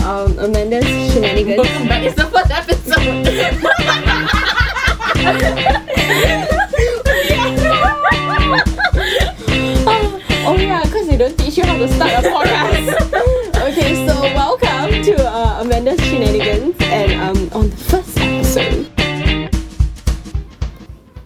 um, Amanda's shenanigans. Welcome back. It's the first episode. oh yeah, because they don't teach you how to start a podcast. okay, so welcome to uh, Amanda's shenanigans and um, on the first episode.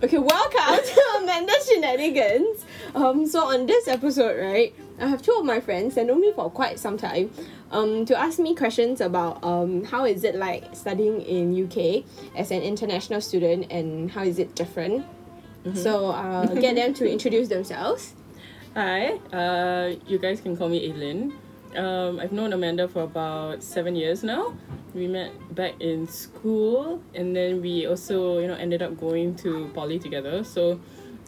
Okay, welcome to Amanda's shenanigans. Um, so on this episode, right, I have two of my friends that know me for quite some time, um, to ask me questions about um, how is it like studying in UK as an international student and how is it different. Mm-hmm. So uh, get them to introduce themselves. Hi, uh, you guys can call me Aileen. Um, I've known Amanda for about seven years now. We met back in school, and then we also, you know, ended up going to poly together. So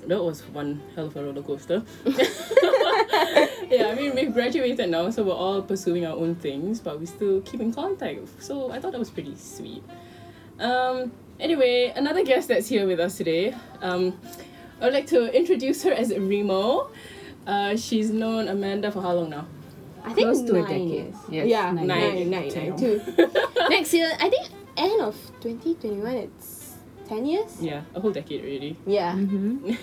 that was one hell of a roller coaster. yeah, I mean, we've graduated now, so we're all pursuing our own things, but we still keep in contact. So I thought that was pretty sweet. Um, anyway, another guest that's here with us today. Um, I'd like to introduce her as Remo. Uh, she's known Amanda for how long now? I think Close to a nine. decade. Yes, yeah, nine, nine. nine, nine, Damn. two. Next year, I think end of 2021, it's 10 years? Yeah, a whole decade already. Yeah. Mm-hmm.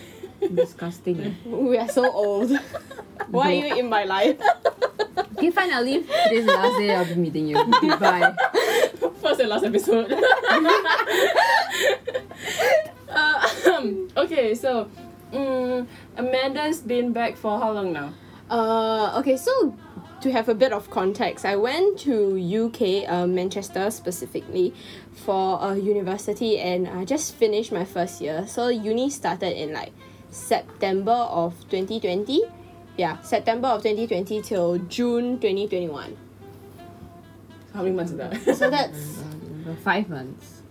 Disgusting. We are so old. Why are you in my life? Okay, fine, I'll leave. This is the last day I'll be meeting you. Goodbye. First and last episode. uh, okay, so mm, Amanda's been back for how long now? Uh, okay, so to have a bit of context, I went to UK, uh, Manchester specifically, for a university and I just finished my first year. So uni started in like September of 2020. Yeah, September of 2020 till June 2021. How many months is that? So that's Five months.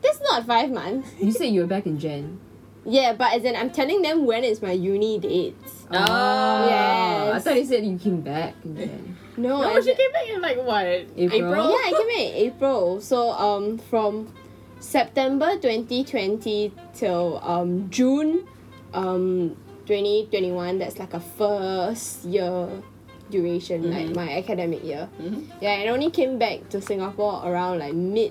that's not five months. You said you were back in Jan. Yeah, but as in I'm telling them when is my uni dates. Uh, Oh, Eh. I yes. thought you said you came back in Jan. No, no, as she in- came back in like what? April? Oh, Yeah, I came in April. So um from September 2020 till um June um 2021 that's like a first year duration Mm-hmm. like my academic year. Mhm. Yeah, and I only came back to Singapore around like mid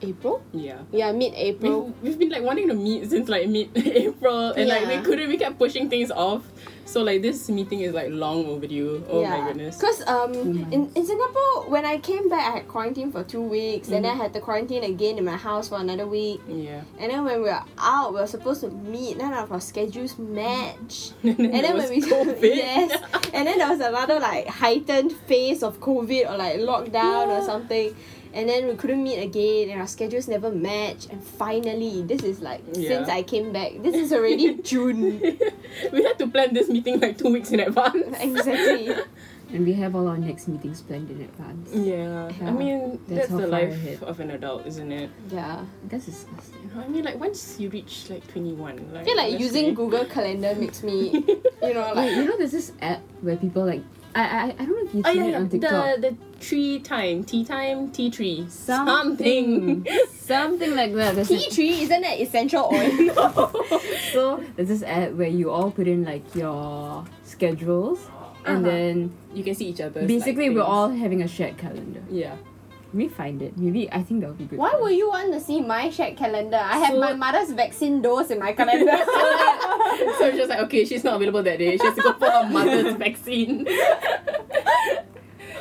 April. Yeah. Yeah, mid We've, April. we've been like wanting to meet since like mid April and like we Yeah. couldn't we kept pushing things off. So like this meeting is like long overdue. Oh my goodness. Because um in, months. in Singapore when I came back I had quarantine for two weeks and then I had to quarantine again in my house for another week. Yeah. And then when we were out, we were supposed to meet. None of our schedules matched. And then, and there then was when we COVID. yes, and then there was another like heightened phase of COVID or like lockdown or Yeah. something. And then we couldn't meet again, and our schedules never matched. And finally, this is like Yeah. since I came back, this is already June. we had to plan this meeting like two weeks in advance. Exactly. And we have all our next meetings planned in advance. Yeah. I Yeah. mean that's, That's how the far life ahead. of an adult, isn't it? Yeah, That's disgusting. I mean like once you reach like twenty one, like I feel like using honestly- Google Calendar makes me, you know, Wait, like you know there's this app where people like I I, I don't know if you've Oh seen yeah, it yeah. on TikTok. the the tree time, tea time, tea tree, something, something like that. There's tea an, tree isn't that essential oil? Oh, so there's this app where you all put in like your schedules, and Uh-huh. then you can see each other. basically we're all having a shared calendar. yeah. Let me find it. Maybe I think that would be good. Why for would you want to see my shared calendar? I have So- my mother's vaccine dose in my calendar. so it's just like okay, she's not available that day. She has to go for her mother's vaccine. us.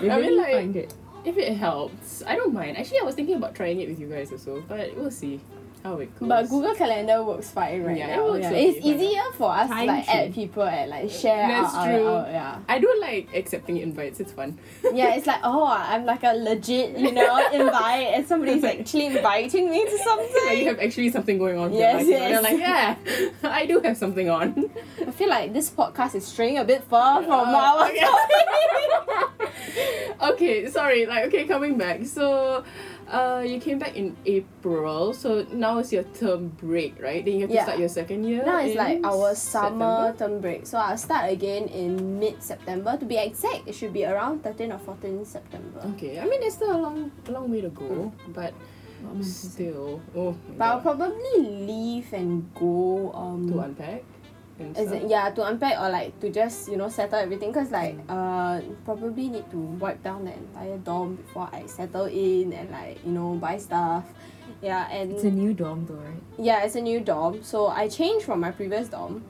Maybe I I mean, like- find it. if it helps, I don't mind. Actually, I was thinking about trying it with you guys also, but we'll see how it goes. but Google Calendar works fine right Yeah, it now. works yeah. okay, It's why not? easier for us to Time like tree. add people and like share. That's our- our- true. our- yeah. I do like accepting invites. It's fun. Yeah, it's like oh, I'm like a legit, you know, invite, and somebody's actually inviting me to like you something. have actually something going on. with your Yes, life, you know, and yes. You're like, yeah, I do have something on. I feel like this podcast is straying a bit far from Uh, our okay. okay, sorry. Like, okay, coming back. So, uh, you came back in April. So now it's your term break, right? Then you have to Yeah. start your second year. Now it's in like our summer September? term break, so I'll start again in mid September. To be exact, it should be around 13 or 14 September. Okay, I mean it's still a long, a long way to Mm. go, but What am I supposed to say? still. Oh, my But I'll God. probably leave and go um to unpack. and As stuff. in, yeah, to unpack or like to just you know settle everything because like uh probably need to wipe down the entire dorm before I settle in and like you know buy stuff. Yeah, and It's a new dorm though, right? yeah, it's a new dorm. So I changed from my previous dorm.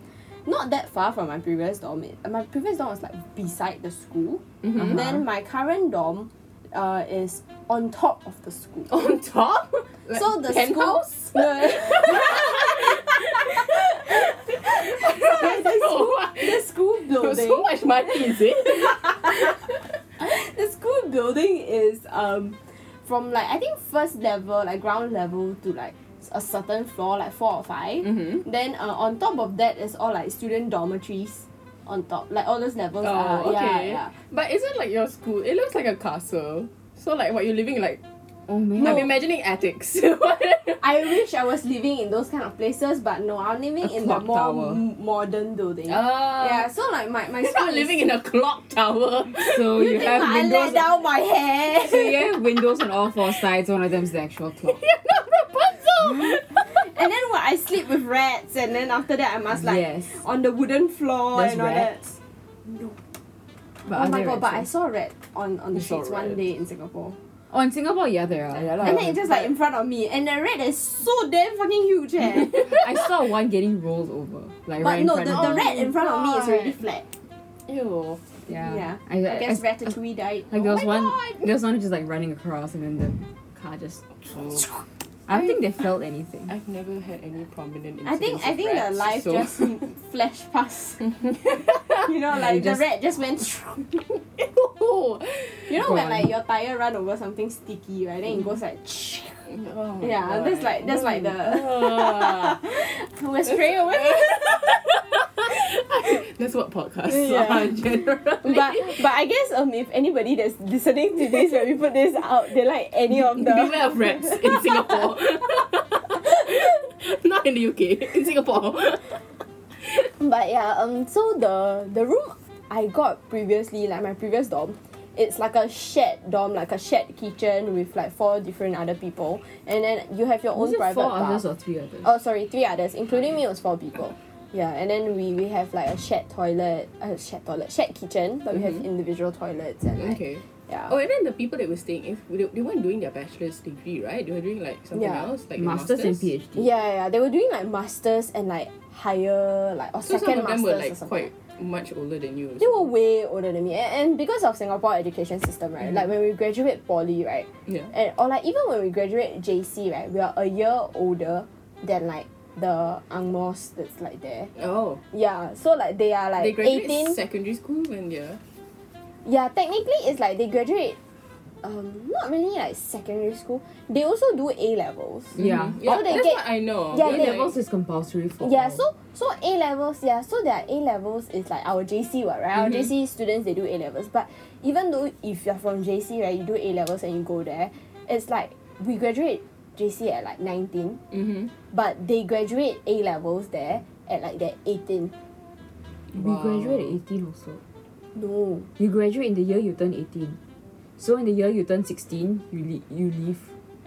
Not that far from my previous dorm. It- My previous dorm was like beside the school. Mm-hmm. Uh-huh. Then my current dorm uh, is on top of the school. on top. Like so the penthouse? school. No. Oh, the school so building. much money is it? the school building is um from like I think first level, like ground level to like a certain floor, like four or 5 Mhm. Then uh, on top of that is all like student dormitories. On top, like all those levels are Oh, yeah, okay. yeah. But isn't like your school? It looks like a castle. So like, what you're living in, like? Oh man. I'm imagining attics. I wish I was living in those kind of places, but no, I'm living A in the clock more tower. m- modern building. Oh. yeah, yeah, so like my my you're school not is- living in a clock tower. So you, You think have I let windows. down my hair? so you have windows on all four sides. One of them's the actual clock. you're not Rapunzel. And then what I sleep with rats, and then after that I must like Yes. on the wooden floor There's and all rats? that. No. But oh are my there god! But I rats saw a rat on on the You saw streets one rats. day in Singapore, there? Oh, in Singapore, yeah, there are. Yeah, and then it just like in front of me, and the rat is so damn fucking huge, eh? I saw one getting rolled over, like right but in no, the, front of the me. rat in front of me is already God. flat. Ew. Yeah, Yeah. I, I, I guess I- Ratatouille died. Like there oh was my one, God. there was one just like running across, and then the car just. I don't think they felt anything. I've never had any prominent. I think I think the life just flashed past. you know, You like just- the rat just went. oh You know Go when on. like your tire run over something sticky, right? Then it goes like. Yeah, that's like- that's like the- We're straight away. that's what podcasts Yeah. are generally. but but I guess um if anybody that's listening to this when we put this out, they like any of the Beware of rats in Singapore. Not in the UK, in Singapore. But yeah, um so the the room I got previously, like my previous dorm, it's like a shared dorm, like a shared kitchen with like four different other people. And then you have your Was own it private four bar. others or three others? Oh, sorry, three others, including me, it was four people. Yeah, and then we, we have like a shared toilet, a shared toilet, shared kitchen, but we have individual toilets and like, Mm-hmm. Okay. yeah. Oh, and then the people that were staying, if they, they weren't doing their bachelor's degree, right? They were doing like something Yeah. else, like a masters and PhD. Yeah, yeah, yeah, they were doing like masters and like higher, like or So some second of them masters were or like something. quite much older than you. they were way older than me, and, and because of Singapore education system, Mm-hmm. right? Like when we graduate poly, right, Yeah. and or like even when we graduate JC, right, we are a year older than like the angmos that's like there. Oh, Yeah, so like they are like they graduate eighteen. secondary school when they're Yeah, technically it's like they graduate. Um, not really like secondary school. They also do A levels. Yeah. yeah. Oh, they that's get- what I know. Yeah, A they- levels is compulsory for. Yeah, all. so so A levels, yeah, so their A levels is like our JC what, right? Mm-hmm. Our JC students they do A levels, but even though if you're from JC, right, you do A levels and you go there, it's like we graduate JC at like 19, Mm-hmm. but they graduate A levels there at like they're 18. we Wow. graduate at eighteen also. No. You graduate in the year you turn eighteen, so in the year you turn sixteen, you leave, you leave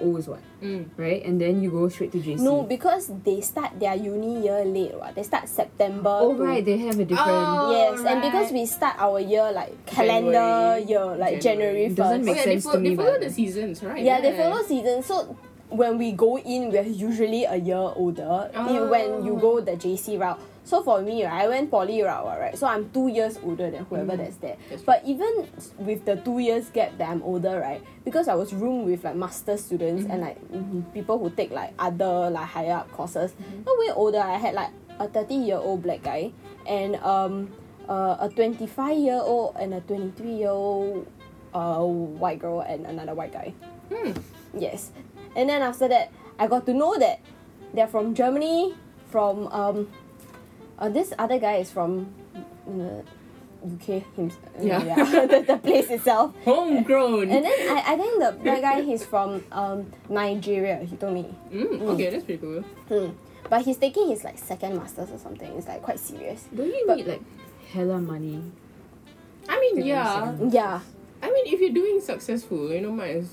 O is what, Mm. right? And then you go straight to JC. No, because they start their uni year late, what? They start September. Oh to- right, they have a different. Oh, Yes, and because right. we start our year like calendar January. year, like January. January, It 1st. Oh, doesn't Makes yeah, they, sense fo- to they me, follow but- the seasons, right? Yeah, they follow season. So when we go in, we're usually a year older. i- Oh. When you go the JC route. So for me, right, I went poly route, what, right? So I'm two years older than whoever that's there. Mm. That's but even s- with the two years gap that I'm older, right? Because I was room with like master students and like Mm-hmm. mhm, people who take like other like higher up courses. I'm way older. I had like a 30 year old black guy and um uh, a 25 year old and a 23 year old uh, white girl and another white guy. Hmm. Yes. And then after that, I got to know that they're from Germany, from um, uh, this other guy is from uh, UK himself. Yeah. uh, the, the place itself. Homegrown. And then I, I think the that guy he's from um, Nigeria. He told me. mm, okay, that's pretty cool. Hmm. But he's taking his like second masters or something. It's like quite serious. Don't you But- need like hella money? I mean, Different yeah. season. Yeah. I mean, if you're doing successful, you know, might as,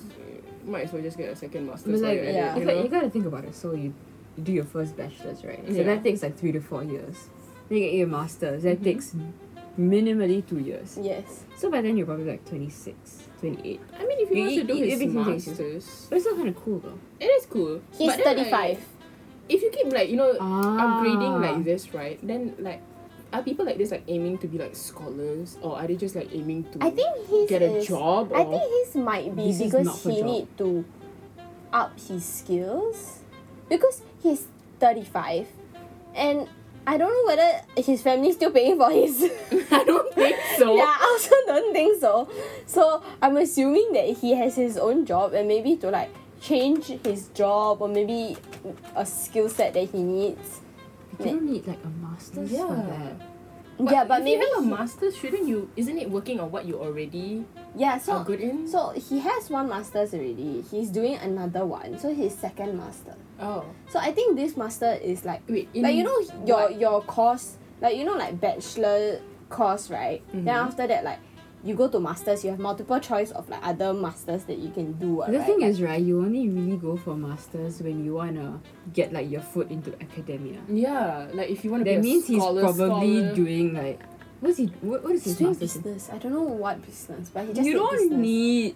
might as well just get a second master's. But like, while you're at yeah. it, it's you like know? you gotta think about it. So you, you do your first bachelor's, right? So Yeah. that takes like three to four years. then you get your master's. That Mm-hmm. takes minimally two years. Yes. So by then you're probably like 26, 28. I mean, if you You- want you- to do you- his you can take masters, But it's still kind of cool though. it is cool. He's But then, thirty like, five. if you keep like you know Ah. upgrading like this, right? Then like, are people like this like aiming to be like scholars, or are they just like aiming to I think he's get a job? Or I think his might be This is not because for he job. need to up his skills because he's 35 and I don't know whether his family's still paying for his I don't think so. yeah, I also don't think so. So I'm assuming that he has his own job and maybe to like change his job or maybe a skill set that he needs. You don't need like a master's for Yeah. that. yeah, but if maybe you have a he- master's, shouldn't you? Isn't it working on what you already yeah. are So good in? so he has one master's already. He's doing another one. So his second master. oh So I think this master is like wait, in like you know your what? your course like you know like bachelor course right then Mm-hmm. after that like you go to masters you have multiple choice of like other masters that you can do what, The right? thing Like, is, right, you only really go for masters when you wanna get like your foot into academia. yeah, like if you want to That be means a he's scholar, probably scholar. doing like what's he what, what is he's his doing master's? in? business I don't know what business but he just You did don't business. need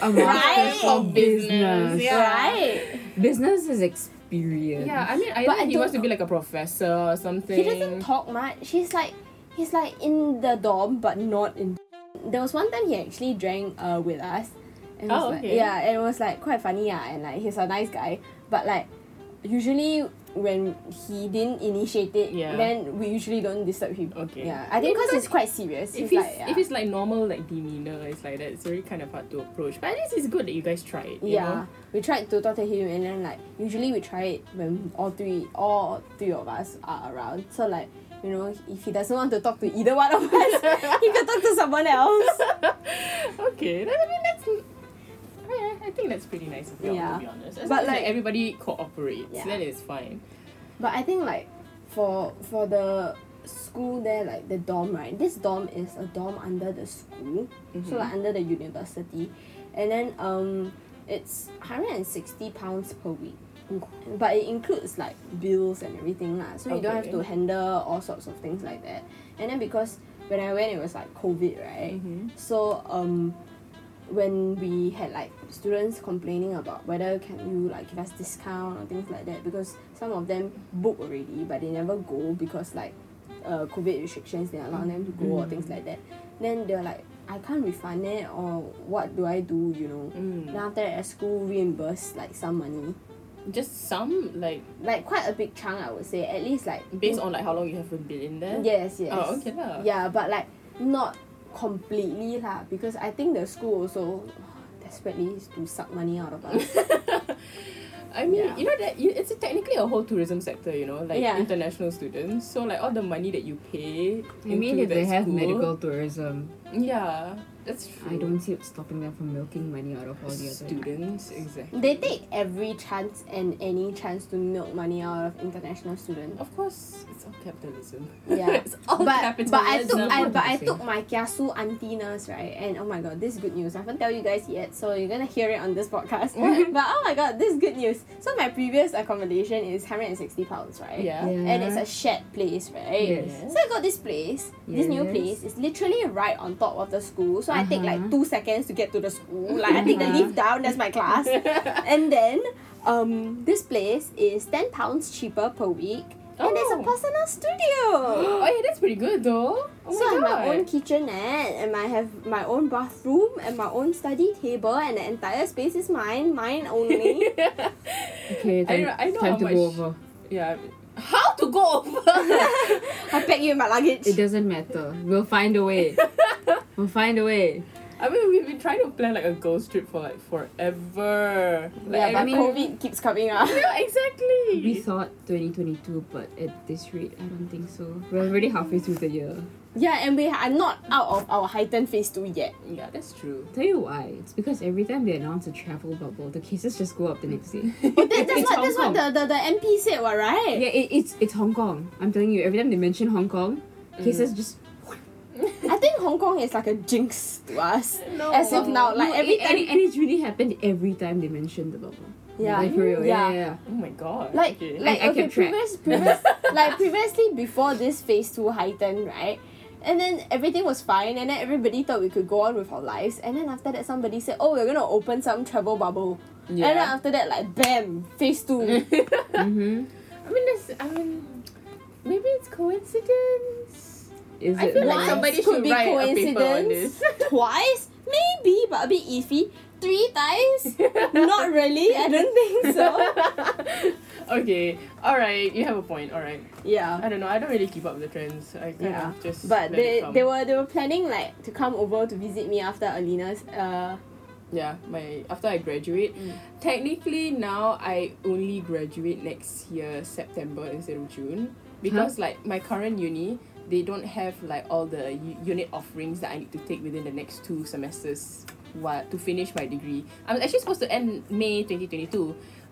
a master's for Right. business. Business, Yeah. right Business is experience. Yeah, I mean, I But I think he don't wants to be like a professor or he something. doesn't talk much he's like he's like in the dorm but not in there was one time he actually drank uh, with us and it was Oh, like- okay. yeah and it was like quite funny yeah and like he's a nice guy but like usually when he didn't initiate it Yeah. then we usually don't disturb him Okay. yeah i think Yeah, because because it's quite serious If he's, he's, like yeah. if it's like normal like demeanor, it's like that. It's very kind of hard to approach. But at least it's good that you guys try it. You yeah Know? we tried to talk to him and then like usually we try it when all three all three of us are around so like you know if he doesn't want to talk to either one of us he can talk to someone else Okay. That, I mean, that's. Yeah, I think that's pretty nice of you Yeah. to be honest. As But, long as, like- everybody cooperates, Yeah. then it's fine. But I think like for for the school there, like the dorm, right? This dorm is a dorm under the school. So like under the university. And then um it's hundred and sixty pounds per week. But it includes like bills and everything lah. So you don't have Okay. to handle all sorts of things like that. And then because when I went it was like COVID, right? Mm-hmm. So um when we had like students complaining about whether can you like give us discount or things like that because some of them book already but they never go because like uh, COVID restrictions they allow them to go or things like that. Then they're like, I can't refund it or what do I do? You know. Mm. Then after that, at school reimburse like some money, Just some like like quite a big chunk I would say at least like based on like how long you have been in there. yes yes Oh, okay lah. yeah but like not completely lah because I think the school also desperately is to suck money out of us. I mean, Yeah. you know that you, it's a, technically a whole tourism sector, you know, like Yeah. international students. So like all the money that you pay. I mean, into if they that have school- medical tourism, Yeah, that's true. I don't see it stopping them from milking money out of all the other. students exactly. they take every chance and any chance to milk money out of international students. Of course, it's all capitalism. Yeah. it's all but, capitalism. but I took I, what but do you I say? took my kiasu auntie nurse right and oh my god this is good news I haven't tell you guys yet so you're gonna hear it on this podcast but oh my god this is good news so my previous accommodation is 160 pounds right Yeah. and it's a shared place right Yes. so I got this place this new Yes. place is literally right on top of the school so I take like Uh-huh. two seconds to get to the school like I take the Uh-huh. lift down that's my class and then um this place is 10 pounds cheaper per week and there's a Oh. personal studio oh yeah, that's pretty good though. Oh so I have my my god. own kitchenette and I have my own bathroom and my own study table and the entire space is mine, mine only. Okay, time, know- I know time how to much- go over. yeah. How to go over? I pack you in my luggage. It doesn't matter. We'll find a way. we'll find a way. I mean, we've been trying to plan like a girls trip for like forever. Like, yeah, but every- COVID keeps coming up. Yeah, exactly. We thought 2022, but at this rate, I don't think so. We're already halfway through the year. Yeah, and we are not out of our heightened phase two yet. yeah, that's true. Tell you why. It's because every time they announce a travel bubble, the cases just go up the next day. But that, that's It's what that's Hong what the, the, the MP said, what, right? Mm. Yeah, it, it's it's Hong Kong. I'm telling you, every time they mention Hong Kong, cases just I think Hong Kong is like a jinx to us. No. As of Oh, now, like No, every it- time. and, it- and it's really happened every time they mentioned the bubble. Yeah. like, for real. Yeah. yeah, yeah. Oh my god. like, Okay. like I- I okay, kept track. previous, previous, like previously before this phase two heightened, right? And then everything was fine, and then everybody thought we could go on with our lives. And then after that, somebody said, "Oh, we're gonna open some travel bubble." And then Yeah. after that, like, bam, phase two. yeah. Mm-hmm. I mean, that's, I mean, maybe it's coincidence. Is I it feel like Once nice? somebody could should be write a paper on coincidence. this. Twice, maybe, but a bit iffy. Three times, not really. I don't think so. okay, all right, you have a point. All right, Yeah. I don't know. I don't really keep up the trends. I kind Yeah, of just But let it they come. they were they were planning like to come over to visit me after Alina's uh yeah. My after I graduate, technically now I only graduate next year September instead of June because like my current uni they don't have like all the u- unit offerings that I need to take within the next two semesters what to finish my degree. I was actually supposed to end May 2022,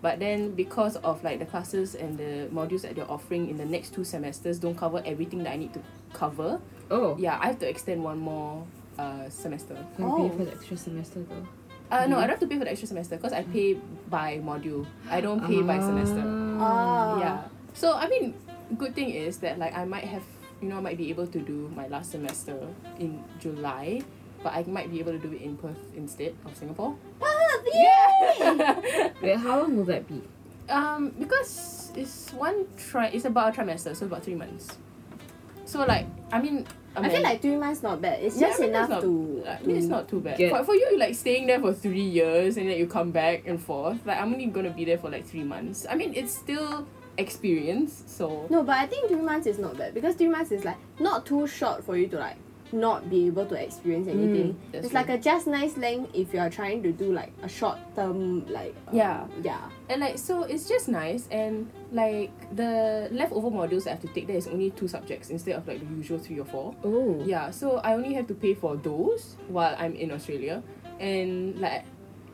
but then because of like the classes and the modules that they're offering in the next two semesters don't cover everything that I need to cover. Oh, Yeah, I have to extend one more uh, semester. Gotta Oh. pay for the extra semester though. Uh, Mm-hmm. no, I don't have to pay for the extra semester because I pay by module. I don't pay by semester. Ah. Yeah. So I mean, good thing is that like I might have you know I might be able to do my last semester in July, but I might be able to do it in Perth instead of Singapore. Perth, Yeah. Wait, how long will that be? um, because it's one try. It's about a trimester, so about three months. So like I mean, I feel like three months not bad. It's just I mean, enough that's not, to. I mean, it's not too bad. get- For, for you, like staying there for three years and then you come back and forth. Like I'm only gonna be there for like three months. I mean, it's still experience. So No, but I think three months is not bad because three months is like not too short for you to like not be able to experience anything. Mm, that's it's like a just nice length if you are trying to do like a short term like um, Yeah. yeah and like so, it's just nice. And like the leftover modules I have to take there is only two subjects instead of like the usual three or four. Oh, Yeah, so I only have to pay for those while I'm in Australia, and like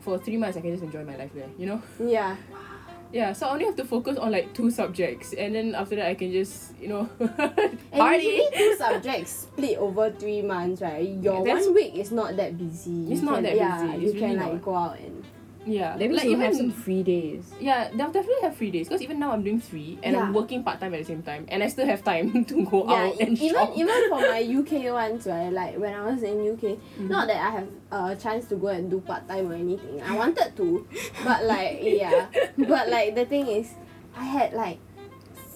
for three months I can just enjoy my life there. You know. yeah Yeah, so I only have to focus on like two subjects, and then after that I can just you know and party. usually two subjects split over three months right your That's- one week is not that busy It's You not can- that yeah, busy. you It's can really like not. go out and Yeah, that means like you even have some free days. yeah, they'll definitely have free days because even now I'm doing three and I'm Yeah. working part time at the same time, and I still have time to go yeah, out e- and even shop. even for my UK ones, right? Like when I was in UK, Mm-hmm. not that I have a chance to go and do part time or anything. I wanted to, but like yeah, but like the thing is, I had like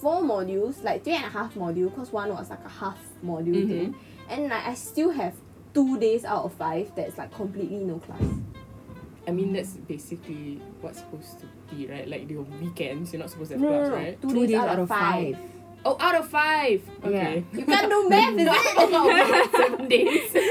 four modules, like three and a half module, because one was like a half module Mhm. thing, and like I still have two days out of five that's like completely no class. I mean that's basically what's supposed to be right. Like your weekends, you're not supposed to have No, class, no, no, right? two, days, out, of five. Oh, out of five. Okay, You can't do math, is it? seven days.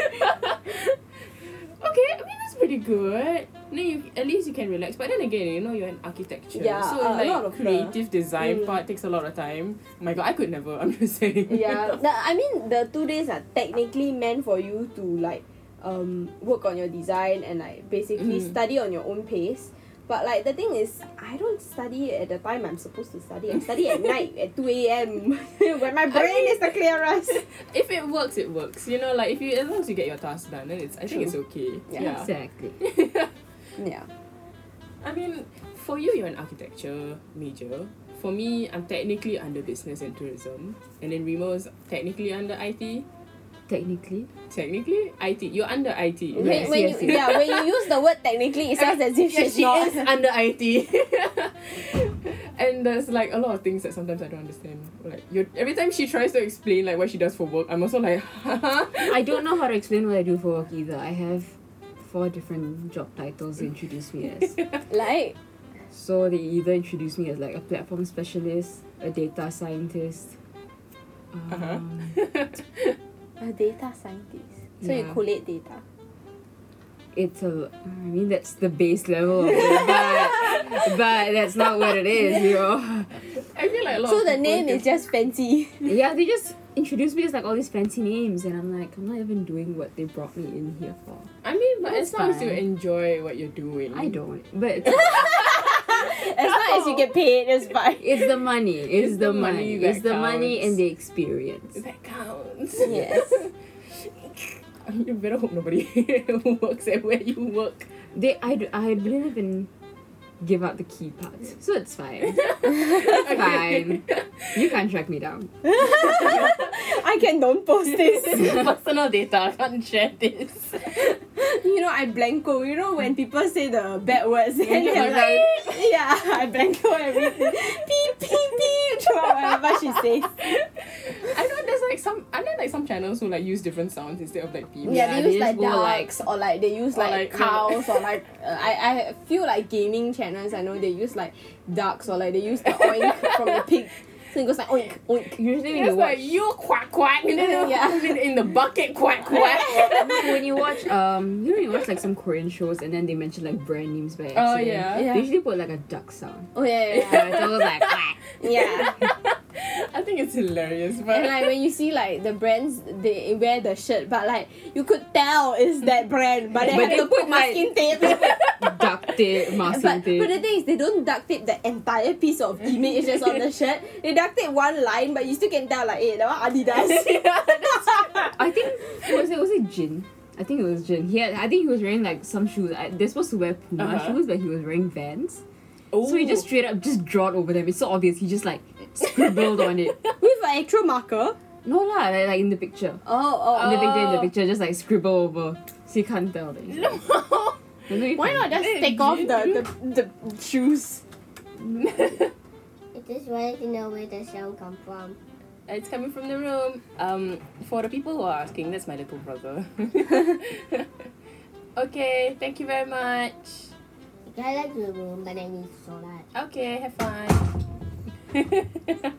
okay, I mean that's pretty good. Then you at least you can relax. But then again, you know you're in architecture, Yeah, so uh, a like lot of the- creative design Mm. part takes a lot of time. Oh my god, I could never. I'm just saying. yeah the, i mean the two days are technically meant for you to like um work on your design and like basically Mhm. study on your own pace but like the thing is i don't study at the time i'm supposed to study i study at night at 2 a.m when my brain is the clearest if it works, it works. You know, like if you as long as you get your task done, then it's I think it's okay. Yeah. Exactly. Yeah. yeah I mean, for you, you're an architecture major. For me, I'm technically under business and tourism, and then Remo is technically under IT. Technically, Technically, IT. You're under IT. when, right? Yes, when yes, you, yes. yeah when you use the word technically it sounds as if Yeah, she's she not is under IT. and there's like a lot of things that sometimes I don't understand. Like you every time she tries to explain like what she does for work, I'm also like, I don't know how to explain what I do for work either. I have four different job titles they introduce me as. like so they either introduce me as like a platform specialist, a data scientist. Um, Uh-huh. a data scientist so you Yeah. collate data It's a. I mean, that's the base level of it, but, but that's not what it is, you know. I feel like a lot. so of the people name is just just- fancy Yeah, they just introduced me as like all these fancy names, and I'm like, I'm not even doing what they brought me in here for. I mean, but That's as long as you fine. enjoy what you're doing, I don't, but as long as you get paid it's fine it's the money. It's, the, money. that it's the counts. money and the experience. That counts. Yes. I you better hope nobody works at where you work. They, I, d- I didn't even give out the key parts, so it's fine. Okay. Fine. You can't track me down. I can don't post this. Personal data. I can't share this. you know, I blanco. You know when people say the bad words and you're they're like, yeah, I blanco everything. Beep beep beep. throughout Whatever she says. I know there's like some. I know like some channels who like use different sounds instead of like beep. Yeah, Yeah, they they use like just go, like- ducks or like they use Or, like, like, cows or like uh, I I feel like gaming channels. I know they use like ducks or like they use the oink from the pig. So it goes like oink oink. Usually when you It's watch like you quack quack and then Yeah. yeah. in, in the bucket quack quack. when you watch um you know you watch like some Korean shows and then they mention like brand names by Oh, accident. yeah. Yeah. They usually put like a duck sound. Oh yeah yeah. So yeah. it's always like quack. Yeah, I think it's hilarious, but and like when you see like the brands, they wear the shirt, but like you could tell it's that brand, but they have But they to put put, like- masking tape. duct tape, But, but masking the tape. thing is, they don't duct tape the entire piece of image that's on the shirt. They duct tape one line, but you still can tell, like, hey, that one Adidas. I think was it was it Jin? I think it was Jin. He had, I think he was wearing like some shoes. I, they're supposed to wear Puma Uh-huh. shoes, but he was wearing Vans. oh, So he just straight up just drawed over them. It's so obvious. He just like scribbled on it. With an actual marker. No lah, like, like in the picture. Oh, oh, In the picture, in the Oh. picture, just like scribble over. So you can't tell. Like, That's really Why funny. not just Hey, take off you- the, the, the shoes? I just wanted to know where the sound come from. It's coming from the room. Um, for the people who are asking, that's my little brother. okay, thank you very much. Okay, I like the room, but I need so much. Okay, have fun.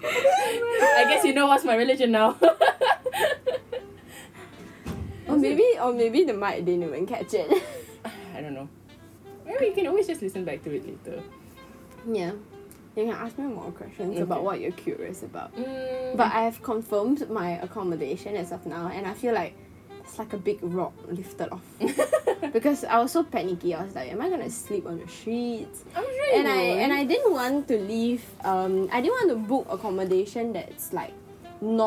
I guess you know what's my religion now. Or maybe, or maybe the mic didn't even catch it. I don't know. Maybe you can always just listen back to it later. yeah. You can ask me more questions about Okay. what you're curious about. Mm, But I have confirmed my accommodation as of now, and I feel like it's like a big rock lifted off. because I was so panicky. I was like, "Am I gonna sleep on the streets?" I'm sure you And I and won't. I didn't want to leave. Um, I didn't want to book accommodation that's like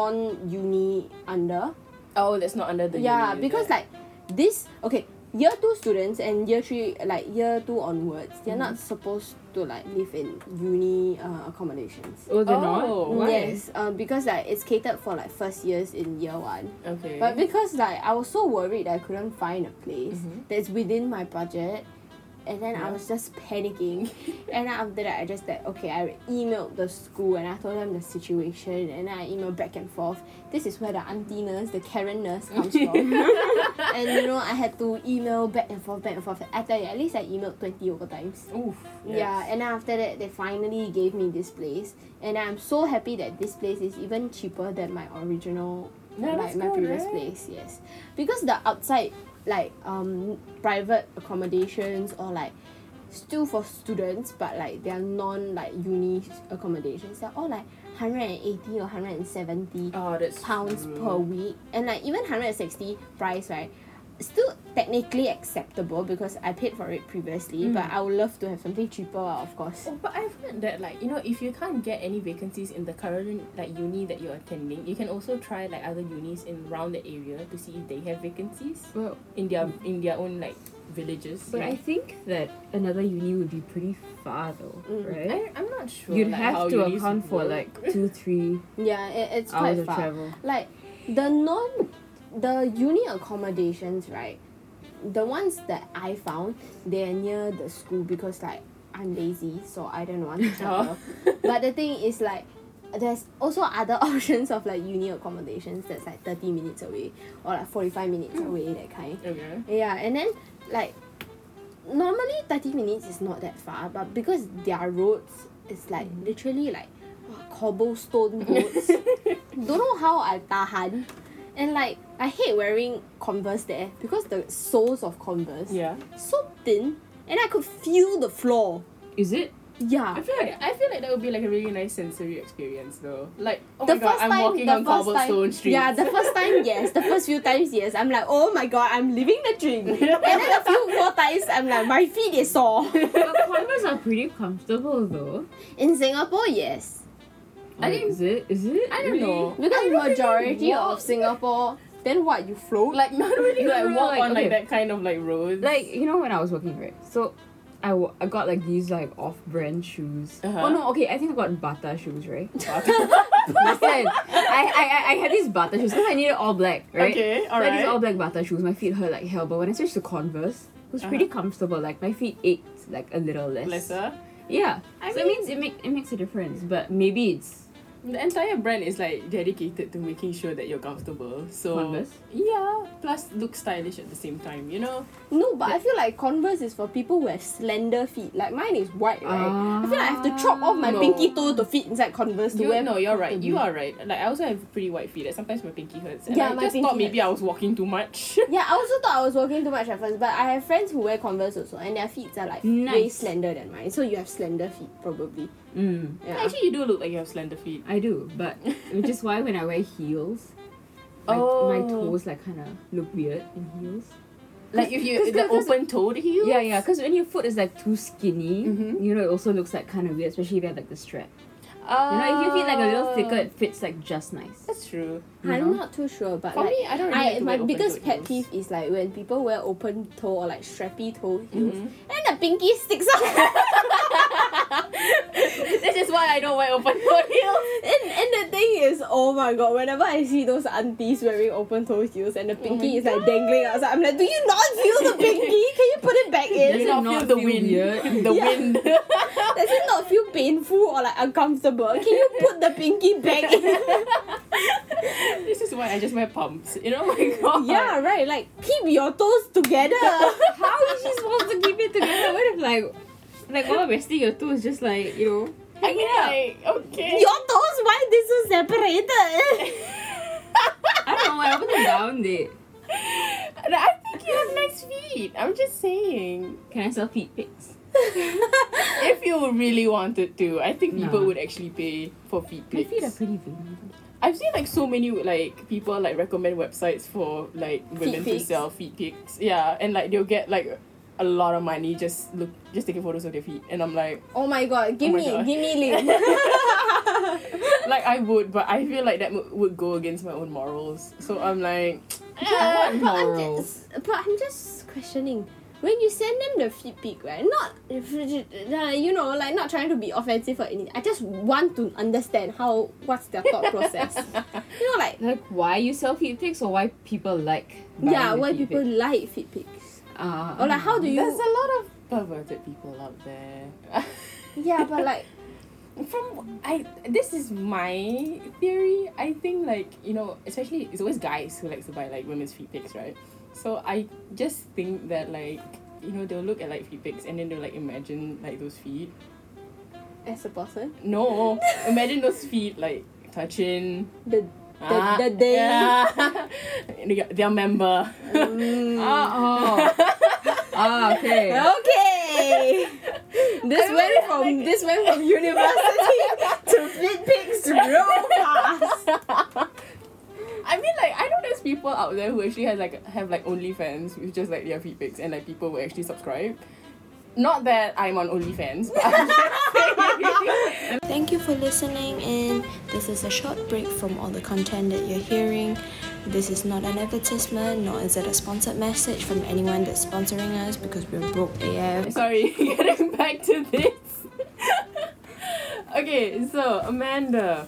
non-uni under. oh, that's not under the yeah, uni, is because it? like this. Okay, year two students and year three, like year two onwards, they're not supposed to like live in uni uh, accommodations. Oh, they're Oh. not? Why? Yes, um, because like it's catered for like first years in year one. okay. But because like I was so worried that I couldn't find a place that's within my budget, and then I Mm-hmm. Yeah. was just panicking. and then after that, I just like okay, I emailed the school and I told them the situation, and I emailed back and forth. This is where the auntie nurse, the Karen nurse, comes from. and you know, I had to email back and forth, back and forth. I tell you, at least I emailed twenty over times. Oof, Yeah, and then after that, they finally gave me this place, and I'm so happy that this place is even cheaper than my original, Yeah, like that's my good, previous right? place. Yes, because the outside, like um, private accommodations or like still for students, but like they are non like uni accommodations. They're all like hundred and eighty or hundred and seventy Oh, that's pounds true. per week and like even 160 price right still technically acceptable because i paid for it previously but i would love to have something cheaper of course Oh, but I've heard that like you know if you can't get any vacancies in the current like uni that you're attending, you can also try like other unis in around the area to see if they have vacancies Well, in their in their own like villages. but I yeah. think that another uni would be pretty far though, right? I, I'm not sure. You'd like, how have to unis account for work. like two, three yeah it, it's hours quite of far travel. like the non the uni accommodations right the ones that i found they're near the school because like i'm lazy so i don't want to travel but the thing is like there's also other options of like uni accommodations that's like 30 minutes away or like 45 minutes Mm. away that kind Okay. yeah and then like normally 30 minutes is not that far but because their roads is like Mm. literally like !wah! cobblestone roads don't know how i tahan and like i hate wearing converse there because the soles of converse Yeah. so thin and i could feel the floor Is it? yeah I feel like I feel like that would be like a really nice sensory experience though. Like oh the my first god, I'm time, walking the on first time, cobblestone streets. Yeah, the first time, yes. The first few times, yes. I'm like, oh my god, I'm living the dream. and then a few more times, I'm like, my feet is sore. But Converse are pretty comfortable though. In Singapore, yes. I Or think- is it? Is it? I don't Really? know. Because I don't really majority of walk. Singapore Then what? You float? Like not really You like don't walk really, on like, like okay. that kind of like roads. Like you know when I was working right, so I wa- I got like these like off-brand shoes. Uh-huh. Oh no, okay, I think I got Bata shoes, right? Listen, I, I I- I had these Bata shoes because I needed all black, right? Okay, I had alright. these all black Bata shoes. My feet hurt like hell, but when I switched to Converse, it was pretty comfortable. Like my feet ached like a little less. Uh-huh. lesser. Yeah. I so it means it make it makes a difference, but maybe it's The entire brand is like dedicated to making sure that you're comfortable. So Converse? yeah, plus look stylish at the same time. You know, No, but I feel like Converse is for people who have slender feet. Like mine is wide, right? Ah. I feel like I have Ah. to chop off my No. pinky toe to fit inside Converse to you wear. no, you're right. You are right. Like I also have pretty wide feet. Like sometimes my pinky hurts. And Yeah, I my just pinky thought maybe I was walking too much. Yeah, I also thought I was working too much at first, but I have friends who wear Converse also, and their feet are like way Nice. slender than mine. So you have slender feet probably. mm, Yeah. Actually, you do look like you have slender feet. I do, but which is why when I wear heels, my, Oh. my toes like kind of look weird in heels. Like if you 'Cause- the 'cause- open toed heels. Yeah, yeah, because when your foot is like too skinny, Mhm. you know, it also looks like kind of weird, especially if you have like the strap. You Ah. know, if your feet like a little thicker, it fits like just nice. That's true. You I'm know? not too sure, but For like, me, I don't. Really I, like to my wear open biggest toed pet heels. peeve is like when people wear open toe or like strappy toe heels and the pinky sticks out this is why I don't wear open toed heels. and, and the thing is oh my god whenever I see those aunties wearing open toe heels and the pinky is like dangling outside I'm like do you not feel the pinky can you put it back in Does it not not feel the feel wind. weird? The Yeah. wind. does it not feel painful or like uncomfortable can you put the pinky back in this is why I just wear pumps. You know, my god. yeah right like keep your toes together How is she supposed to keep it together? What if like, like all resting your toe is just like you know? I mean, like, okay. your toes why they so separated I don't know. I open them down. They And I think you have nice feet. I'm just saying. can I sell feet pics? If you really wanted to, I think people Nah. would actually pay for feet My pics. feet are pretty big. I've seen like so many like people like recommend websites for like women to pics. sell feet pics. Yeah, and like they'll get like a lot of money just look just taking photos of their feet. And I'm like, Oh my god, give Oh my me, God. give me link. like I would, but I feel like that mo- would go against my own morals. So I'm like, uh, but, what I'm morals? just, but I'm just questioning. When you send them the feed pic, right? Not, if it- uh, you know, like not trying to be offensive or anything. I just want to understand how, what's their thought process. You know, like, Like why you sell feet pics or why people like? buying yeah, the why feet people pics. like feed pics. Uh, Or like, how do There's you. a lot of perverted people out there. Yeah, but like, from I this is my theory. I think like you know, especially it's always guys who likes to buy like women's feet pics, right? So I just think that like you know they'll look at like feet pics and then they'll like imagine like those feet. as a person, No, imagine those feet like touching. the. Ah, the day. yeah. They- their member. Mm. Uh oh. Ah, okay. Okay! This I went mean, from like- this went from university to feed pics real fast. I mean, like I know there's people out there who actually has like have like OnlyFans with just like their feet pics, and like people will actually subscribe. Not that I'm on OnlyFans, but I'm just saying. Thank you for listening in. This is a short break from all the content that you're hearing. This is not an advertisement, nor is it a sponsored message from anyone that's sponsoring us because we're broke AF. Sorry, getting back to this. okay, so Amanda,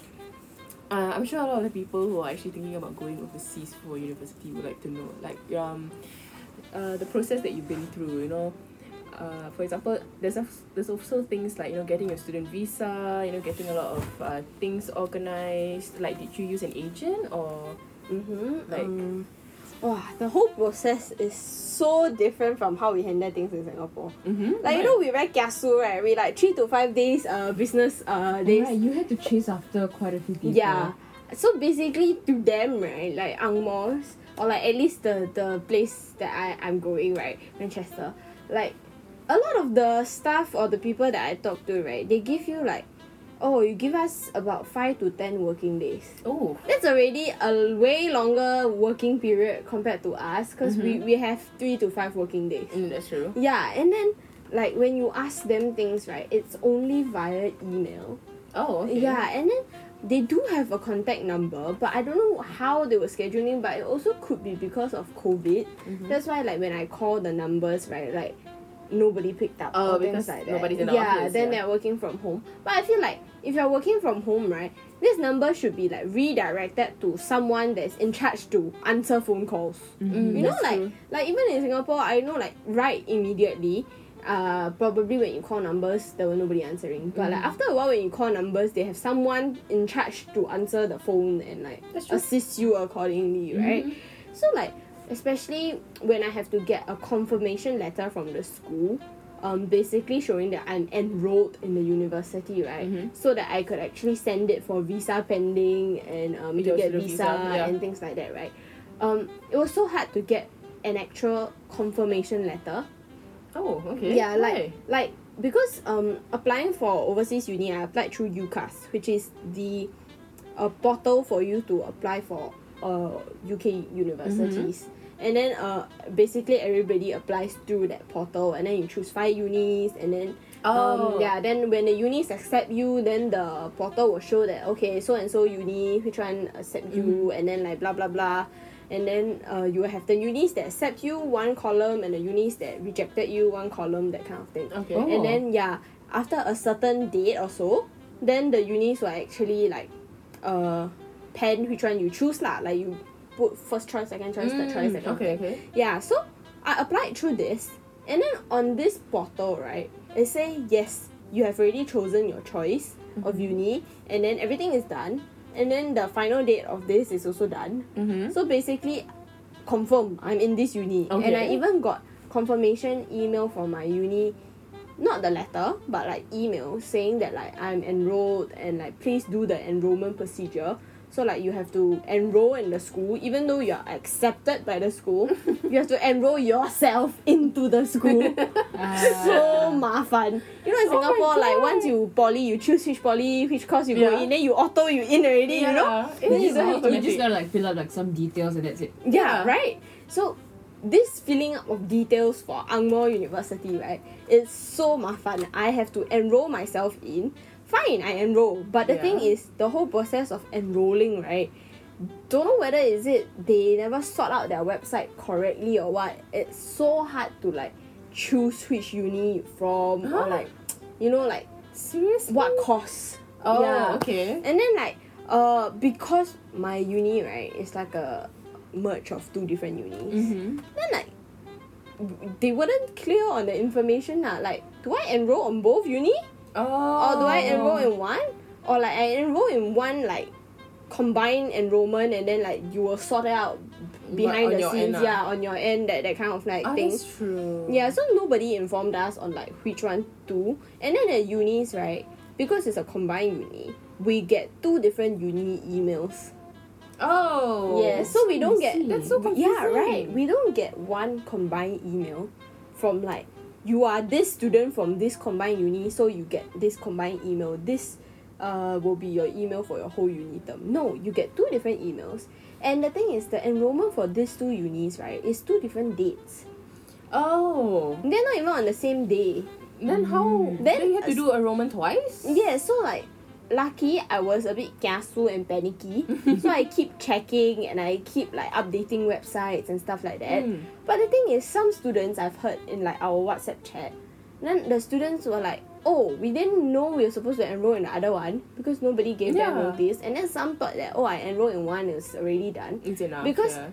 uh, I'm sure a lot of people who are actually thinking about going overseas for university would like to know, like um, uh, the process that you've been through. You know, uh, for example, there's a, there's also things like you know getting your student visa, you know getting a lot of uh, things organized. Like, did you use an agent or Mm-hmm. Like- um, wow, the whole process is so different from how we handle things in Singapore. mm-hmm. Like you know, we very kiasu, right? We like three to five days uh business uh Oh, days. Alright, you had to chase after quite a few people. Yeah. So basically to them, right, like Ang Mo's or like at least the the place that I, I'm going, right, Manchester, like a lot of the staff or the people that I talk to, right, they give you like oh, you give us about five to ten working days. oh that's already a way longer working period compared to us because we, we have three to five working days. Mm-hmm. mm, that's true. Yeah, and then like when you ask them things, right, it's only via email. Oh okay. Yeah, and then they do have a contact number, but I don't know how they were scheduling. But it also could be because of COVID. Mm-hmm. That's why, like when I call the numbers, right, like nobody picked up. Oh, or things because like that. nobody's in the yeah, office, then yeah. they're working from home. But I feel like if you're working from home, right, this number should be like redirected to someone that's in charge to answer phone calls. you know, like like even in Singapore, I know like right immediately. Uh, probably when you call numbers, there were nobody answering. But like after a while, when you call numbers, they have someone in charge to answer the phone and like assist you accordingly, right? So like especially when I have to get a confirmation letter from the school, um, basically showing that I'm enrolled in the university, right? So that I could actually send it for visa pending and um, to Your get student visa, visa, yeah. and things like that, right? Um, it was so hard to get an actual confirmation letter. Oh, okay. Yeah, like Why? like because um applying for overseas uni, I applied through UCAS, which is the uh, portal for you to apply for uh UK universities. Mm-hmm. And then uh basically everybody applies through that portal, and then you choose five unis, and then Oh. um, yeah, then when the unis accept you, then the portal will show that okay, so and so uni, which one accept you, Mm-hmm. and then like blah blah blah, and then uh, you will have the unis that accept you one column, and the unis that rejected you one column, that kind of thing. Okay. Oh. And then yeah, after a certain date or so, then the unis will actually like uh pen which one you choose lah. Like you put first choice, second choice, third choice, that kind of Mm, okay, thing. okay. Yeah, so I applied through this, and then on this portal, right, it say yes, you have already chosen your choice of uni, and then everything is done, and then the final date of this is also done. So basically, confirm I'm in this uni, and I Okay. even got confirmation email from my uni. Not the letter, but like email saying that like I'm enrolled and like please do the enrollment procedure. So like you have to enroll in the school, even though you are accepted by the school, you have to enroll yourself into the school. so mafan. You know in Oh my Singapore, like God. once you poly, you choose which poly, which course you go Yeah. in, then you auto you in already. You know. Yeah, Then it you is don't have You automatic. just gotta like fill out like some details and that's it. Yeah, Yeah. right. So this filling up of details for Angmo University, right, is so mafan. I have to enroll myself in. Fine, I enroll. But the Yeah. thing is, the whole process of enrolling, right, don't know whether is it they never sort out their website correctly or what. It's so hard to like choose which uni you from or Huh? like, you know, like seriously. what course. Oh, Yeah. okay. And then like uh because my uni right is like a merge of two different unis. Mm-hmm. Then like w- they weren't clear on the information lah. Like do I enroll on both uni Oh. or do I enroll in one or like I enroll in one like combined enrollment and then like you will sort it out behind on the your scenes end lah. yeah on your end that, that kind of like Oh, thing. that's true. Yeah, so nobody informed us on like which one to. And then at unis, right, because it's a combined uni, we get two different uni emails. Oh. yeah, so we don't get That's so Yeah, confusing. right. We don't get one combined email from like you are this student from this combined uni, so you get this combined email. This uh will be your email for your whole uni term. No, you get two different emails. And the thing is the enrollment for these two unis, right, is two different dates. Oh. They're not even on the same day. Mm. Then how? Then- Mm. you had to do enrollment twice? Yeah, so like lucky I was a bit kiasu and panicky. so I keep checking and I keep like updating websites and stuff like that. Mm. But the thing is some students I've heard in like our WhatsApp chat, then the students were like, Oh, we didn't know we were supposed to enroll in the other one because nobody gave them Yeah. notice and then some thought that oh I enrolled in one it's already done. It's enough. Because- yeah.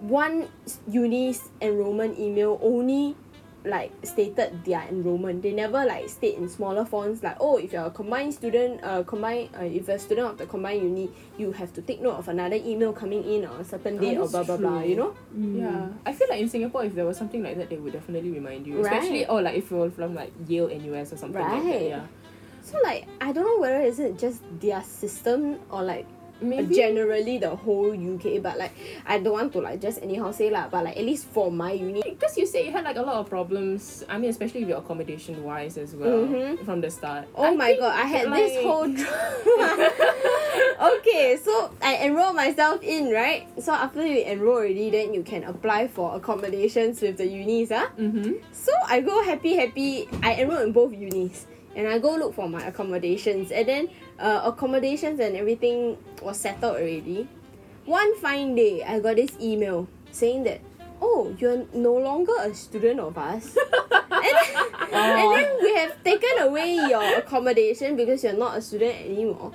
One uni's enrollment email only like stated their enrollment. They never like state in smaller fonts like oh if you're a combined student, uh combined uh, if you're a student of the combined uni, you have to take note of another email coming in on a certain date or Oh, that's blah blah blah. true. You know? Mm. Yeah, I feel like in Singapore, if there was something like that, they would definitely remind you. Especially, Right. oh, like if you're from like Yale, NUS, or something like that. Right. Yeah, So like I don't know whether is it just their system or like maybe. generally the whole UK, but like I don't want to like just anyhow say lah. But like at least for my uni, because you say you had like a lot of problems. I mean, especially with your accommodation wise as well Mhm. from the start. Oh I my think, god, I had this like- whole drama. okay, so I enrolled myself in, right? So after you enroll already, then you can apply for accommodations with the unis, ah. Mhm. So I go happy, happy. I enrolled in both unis. and I go look for my accommodations. And then uh, accommodations and everything was settled already. One fine day, I got this email saying that, oh, you're no longer a student of us. and, then, and then we have taken away your accommodation because you're not a student anymore.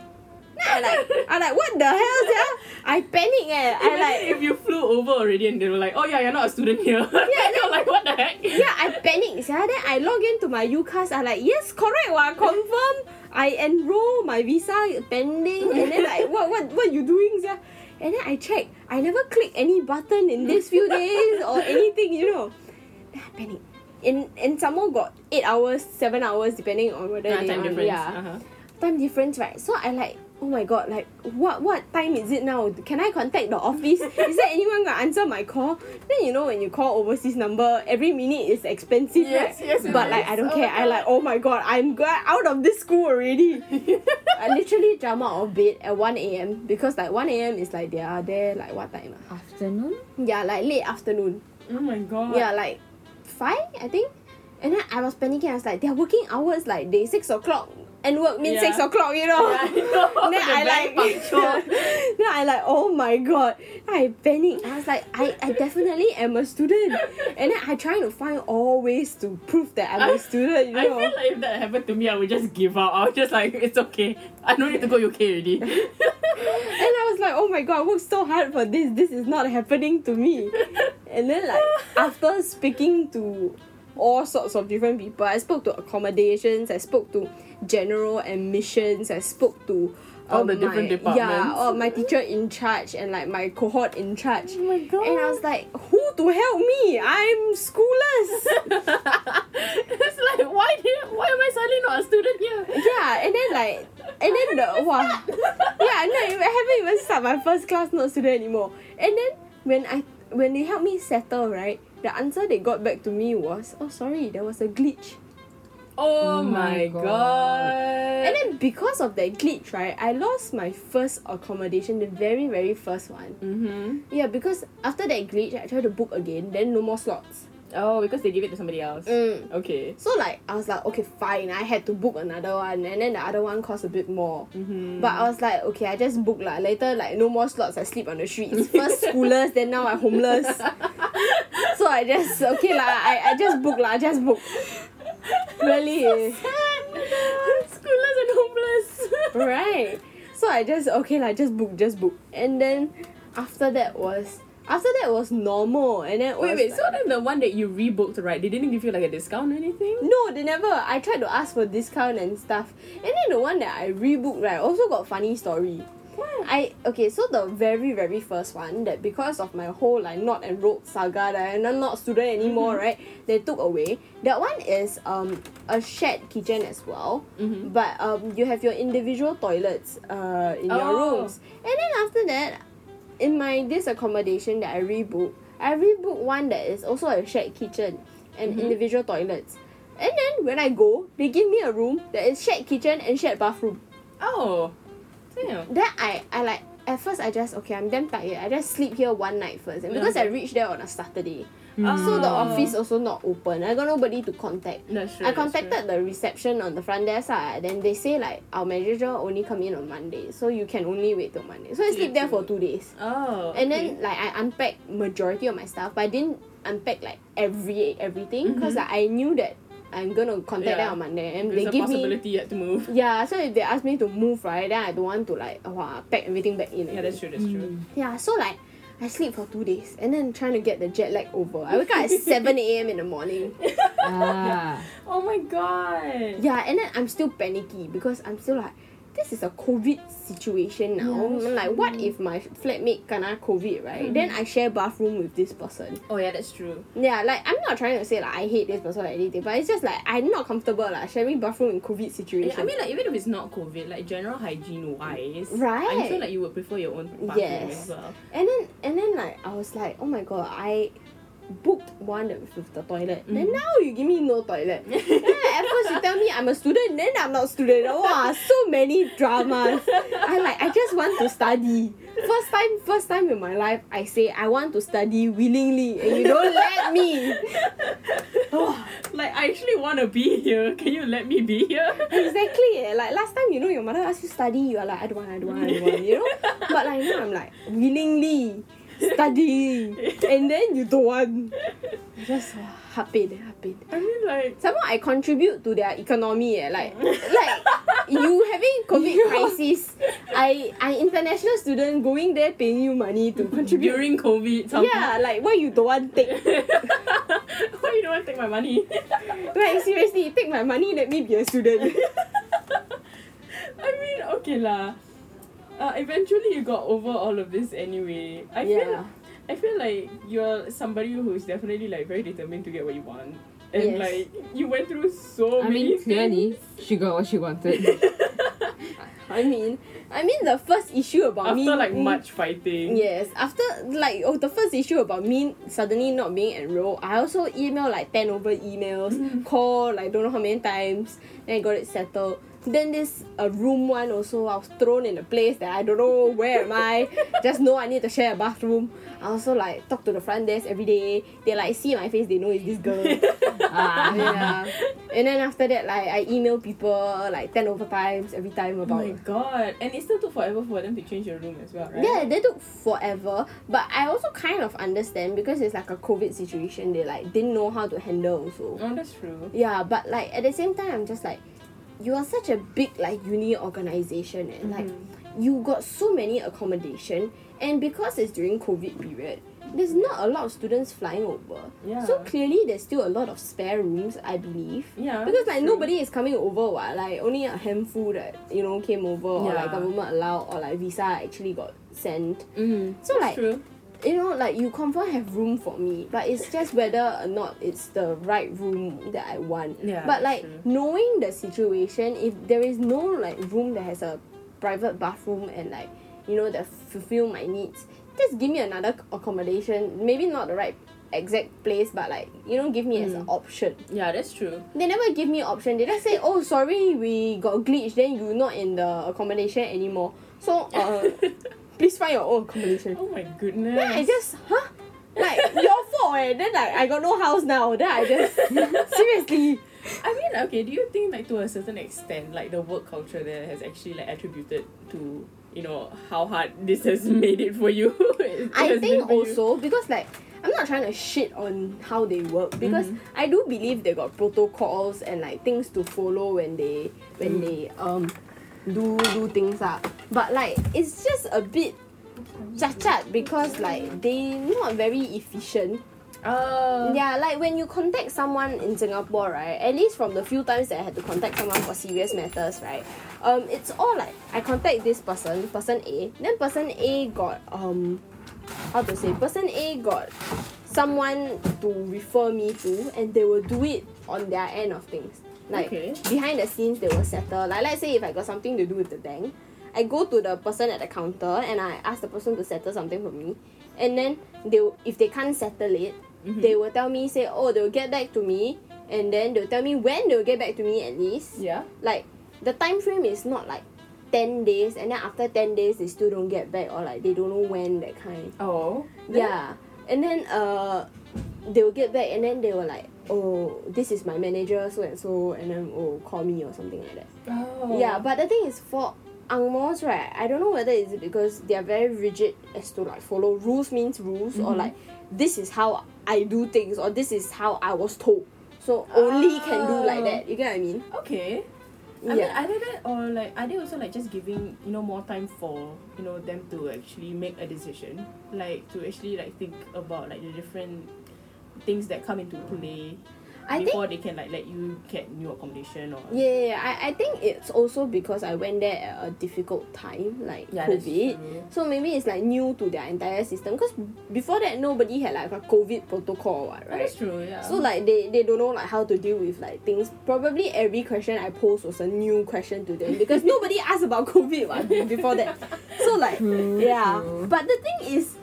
Then I like, I like, what the hell, sia? I panic eh. I like, if you flew over already and they were like, oh yeah, you're not a student here. Yeah, you're like, what the heck? yeah, I panic sia. Then I log into my UCAS. I like, yes, correct, wa, confirm. I enroll my visa pending. And then like, what, what, what you doing sia? And then I check. I never click any button in these few days or anything, you know. Then I panic. And, and someone got 8 hours, 7 hours, depending on whether Ah, they time are- difference. Yeah Uh-huh. time difference, right? So I like, oh my god, like what what time is it now? Can I contact the office? is there anyone gonna answer my call? Then you know when you call overseas number, every minute is expensive, Yes, right? yes, it but is. like I don't Oh care. my I like, oh my god, I'm going out of this school already. I literally jump out of bed at one a.m. because like one a.m. is like they are there like what time? ah? Afternoon? Yeah, like late afternoon. Oh my god. Yeah, like five, I think. And then I was panicking. I was like, they're working hours like day six o'clock, and work means Yeah. six o'clock, you know. Yeah, I know. then The I like, blank punctual. then I like, oh my god, I panic. I was like, I, I definitely am a student, and then I trying to find all ways to prove that I'm a student, you I know. feel like if that happened to me, I would just give up. I was just like, it's okay. I don't need to go UK already. and I was like, oh my god, I worked so hard for this. This is not happening to me. and then like after speaking to all sorts of different people, I spoke to accommodations, I spoke to general admissions, I spoke to All um, the different my- Yeah, departments. or my teacher in charge and like my cohort in charge. Oh my god. And I was like, who to help me? I'm schoolless. it's like, why did, why am I suddenly not a student here? Yeah, and then like, and then the wow, yeah, I'm not even, I haven't even start my first class not student anymore. And then when I when they helped me settle right, the answer they got back to me was, oh sorry, there was a glitch. Oh, my my god. god. And then because of that glitch right, I lost my first accommodation, the very very first one. mm-hmm. Yeah, because after that glitch, I tried to book again, then no more slots. Oh, because they give it to somebody else. Mm. Okay. So like I was like, okay, fine. I had to book another one, and then the other one cost a bit more. Mhm. But I was like, okay, I just book lah. Later, like no more slots. I sleep on the streets. First schoolers, then now I'm homeless. so I just okay lah. I, I just book lah. I just book. Really, eh. Schoolless and homeless. right? So I just okay lah. Just book. Just book. And then after that was after that was normal. And then it Wait, was wait. like- So then the one that you rebooked, right? They didn't give you like a discount or anything? No, they never. I tried to ask for discount and stuff. And then the one that I rebooked, right, also got funny story. I okay, so the very very first one that because of my whole like not enrolled saga that I'm not- not student anymore, right? They took away. That one is um a shared kitchen as well, but um you have your individual toilets uh in your Oh. rooms. And then after that, in my this accommodation that I rebooked, I rebooked one that is also a shared kitchen and individual toilets. And then when I go, they give me a room that is shared kitchen and shared bathroom. Oh. Damn. Then I, I like at first I just okay, I'm damn tired. I just sleep here one night first. And because I reached there on a Saturday. Mm. So the Oh. office also not open. I got nobody to contact. That's true. I that's true. contacted the reception on the front desk ah, then they say like our manager only come in on Monday, so you can only wait till Monday. So I sleep there for two days. Oh. And then like I unpacked majority of my stuff, but I didn't unpack like every everything because I knew that I'm gonna contact Mm-hmm. Yeah. them on Monday, and there's they a give me possibility yet to move. yeah. So if they ask me to move right, then I don't want to like wah, pack everything back in. Yeah, again. that's true. That's true. Yeah, so like I sleep for two days and then trying to get the jet lag over. I wake up at seven a.m. in the morning. Ah. Oh my god. Yeah, and then I'm still panicky because I'm still like, this is a COVID situation now. like, what if my flatmate kena COVID, right? Mm. Then I share bathroom with this person. Oh yeah, that's true. Yeah, like I'm not trying to say like I hate this person or anything, but it's just like I'm not comfortable like sharing bathroom in COVID situation. Yeah, I mean, like even if it's not COVID, like general hygiene wise, I Right. feel like you would prefer your own bathroom Yes. as well. and then and then like I was like, oh my god, I booked one with, with the toilet. Then now you give me no toilet. then at first you tell me I'm a student, then I'm not student. Oh, Wow, so many dramas. I like I just want to study. First time, first time in my life, I say I want to study willingly, and you don't let me. Like I actually want to be here. Can you let me be here? Exactly. eh. Like last time, you know, your mother asked you study, you are like, I don't want, I don't want, I don't want, you know? But like now, I'm like, willingly study. And then you don't want. Just uh, happy, then happy. I mean, like, Somehow I contribute to their economy. Eh. Like, like you having COVID crisis, I, I international student going there paying you money to contribute. during COVID, something. yeah, like why you don't want take? Why you don't want to take my money? Like seriously, take my money, let me be a student. I mean, okay lah. Uh, eventually, you got over all of this anyway. I Yeah. feel, I feel like you're somebody who's definitely like very determined to get what you want, Yes. and like you went through so I many. mean, clearly she got what she wanted. things. I mean, I mean the first issue about me After like much fighting. Yes, after like oh the first issue about me suddenly not being enrolled, I also email like ten over emails, call like don't know how many times, then I got it settled. Then this a room one also I was thrown in a place that I don't know where am I. Just know I need to share a bathroom. I also like talk to the front desk every day. They like see my face, they know it's this girl. Ah. yeah. And then after that like I email people like ten over times every time Oh about my god! And it still took forever for them to change your room as well, right? Yeah, they took forever. But I also kind of understand because it's like a COVID situation. They like didn't know how to handle also. Oh, that's true. Yeah, but like at the same time, I'm just like, you are such a big like uni organization and like Mm-hmm. you got so many accommodation. And because it's during COVID period, there's not a lot of students flying over. Yeah. So clearly, there's still a lot of spare rooms, I believe. Yeah. Because like true. nobody is coming over, what? Like only a handful that you know came over, or Yeah. like government allowed, or like visa actually got sent. Mm, So like that's true. you know, like you confirm have room for me, but it's just whether or not it's the right room that I want. Yeah, but like true. knowing the situation, if there is no like room that has a private bathroom and like you know that fulfill my needs, just give me another accommodation. Maybe not the right exact place, but like you know, give me as Mm. an option. Yeah, that's true. They never give me option. They just say, "Oh, sorry, we got glitch. Then you not in the accommodation anymore. So, uh, please find your own accommodation." Oh my goodness. Then I just, huh? Like, your fault eh. Then, like, I got no house now. Then I just, seriously. I mean, okay, do you think like to a certain extent, like the work culture there has actually like attributed to you know how hard this has made it for you? It Mm. I has been think for you? also, because, like, I'm not trying to shit on how they work because I do believe they got protocols and like things to follow when they when they um do do things up. But like it's just a bit chacat because like they not very efficient. Oh. Yeah, like when you contact someone in Singapore, right? At least from the few times that I had to contact someone for serious matters, right? Um, it's all like I contact this person, person A, then person A got um, how to say, person A got someone to refer me to, and they will do it on their end of things. Like Okay. behind the scenes, they will settle. Like let's say if I got something to do with the bank, I go to the person at the counter and I ask the person to settle something for me, and then they will- if they can't settle it, they will tell me say oh they will get back to me, and then they'll tell me when they will get back to me at least. Yeah. Like the time frame is not like. 10 days and then after 10 days they still don't get back or like they don't know when that kind Oh. yeah. And then uh they will get back and then they were like, Oh, this is my manager, so and so and then oh call me or something like that. Oh. Yeah, but the thing is for Ang Mohs, right, I don't know whether it's because they are very rigid as to like follow rules means rules Mm-hmm. or like this is how I do things or this is how I was told. So only can do like Oh. that. You get what I mean? Okay. I mean, yeah. either that or like, are they also like just giving you know more time for you know them to actually make a decision, like to actually like think about like the different things that come into play I think before they can like let you get new accommodation or Yeah, yeah, yeah. I, I think it's also because I went there at a difficult time, like Yeah, that's true. COVID. So maybe it's like new to their entire system. Because before that, nobody had like a COVID protocol, what, Oh, right? That's true. Yeah. So like they, they don't know like how to deal with like things. Probably every question I posed was a new question to them because nobody asked about COVID what, before that. So like yeah. true. But the thing is,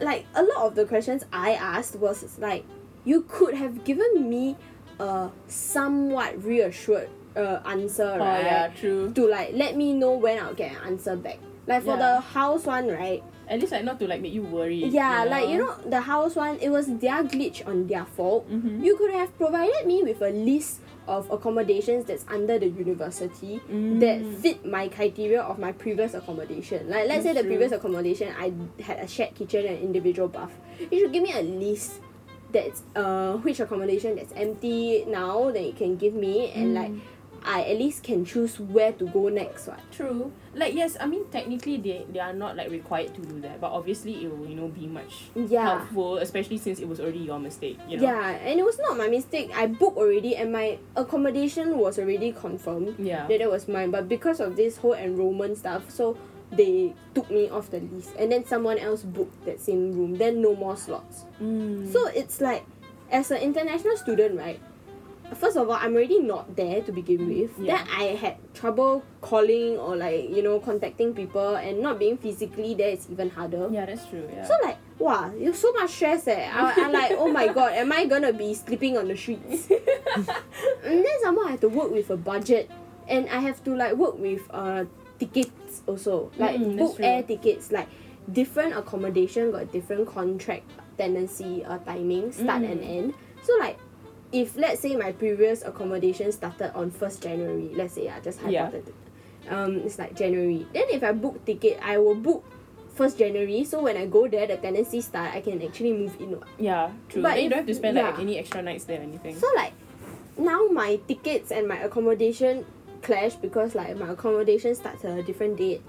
like a lot of the questions I asked was like you could have given me a somewhat reassured uh, answer, Oh right? yeah, true. to like let me know when I'll get an answer back. Like for Yeah. the house one, right? At least like not to like make you worry. Yeah, like you know the house one, it was their glitch on their fault. Mm-hmm. You could have provided me with a list of accommodations that's under the university that fit my criteria of my previous accommodation. Like let's say the previous accommodation I had a shared kitchen and individual bath. You should give me a list that's uh which accommodation that's empty now that you can give me and like I at least can choose where to go next one. True. Like yes, I mean technically they they are not like required to do that, but obviously it will you know be much Yeah. helpful, especially since it was already your mistake. You know. Yeah, and it was not my mistake. I booked already, and my accommodation was already confirmed Yeah. that that was mine. But because of this whole enrollment stuff, so they took me off the list, and then someone else booked that same room. Then no more slots. Mm. So it's like, as an international student, right? First of all, I'm already not there to begin with. Mm. Yeah. Then I had trouble calling or like you know contacting people, and not being physically there is even harder. Yeah, that's true. Yeah. So like, wow, you're so much stress eh. I, I'm like, oh my god, am I gonna be sleeping on the streets? and then somehow I have to work with a budget, and I have to like work with uh tickets also, like Mm, that's book air true. tickets. Like different accommodation got different contract tenancy uh timing, start and Mm. end. So like. If let's say my previous accommodation started on first January, let's say I just Yeah. hypothetical, um, it's like January. Then if I book ticket, I will book first January. So when I go there, the tenancy start, I can actually move in. what. yeah, true. But But you if- don't have to spend like yeah. any extra nights there or anything. So like, now my tickets and my accommodation clash because like my accommodation starts at a different date.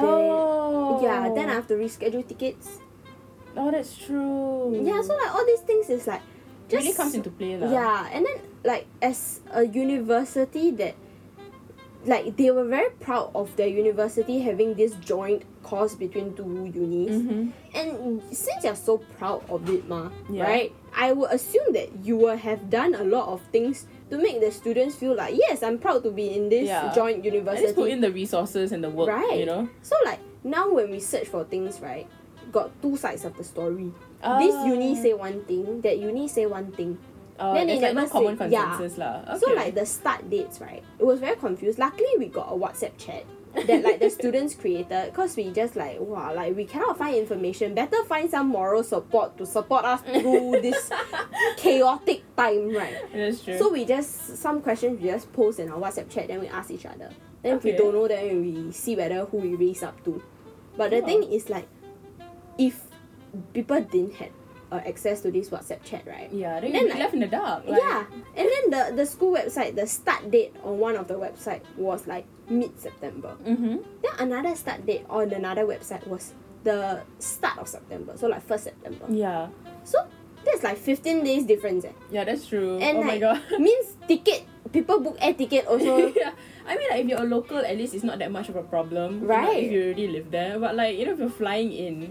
oh. Yeah, then I have to reschedule tickets. Oh, that's true. Yeah, so like all these things is like just Hmm. really comes into play lah. Yeah, and then like as a university that like they were very proud of their university having this joint course between two unis. Mhm. And since you're so proud of it, ma, Yeah. right? I would assume that you will have done a lot of things to make the students feel like, yes, I'm proud to be in this Yeah. joint At least put university. in the resources and the work. Right. You know. so like now when we search for things, right, got two sides of the story. This Ah. uni say one thing, that uni say one thing. Oh, then there's they like no never common say- yeah. consensus lah. So Okay. like the start dates, right? It was very confused. Luckily, we got a WhatsApp chat that like the students created because we just like wow, like we cannot find information. Better find some moral support to support us through this chaotic time, right? That's true. So we just some questions we just post in our WhatsApp chat, then we ask each other. Then if we Okay. don't know, then we see whether who we raise up to. But the Oh. thing is like, if people didn't have uh, access to this WhatsApp chat, right? yeah, then, then, you're like- left in the dark. Like, yeah, and then the the school website, the start date on one of the website was like mid September. Mm-hmm. Then another start date on another website was the start of September, so like first September. Yeah. So that's like fifteen days difference. Eh. Yeah, that's true. And oh like my god. means ticket people book air ticket also. yeah. I mean, like, if you're a local, at least it's not that much of a problem. you know, Right. if you already live there. But, like, you know, if you're flying in,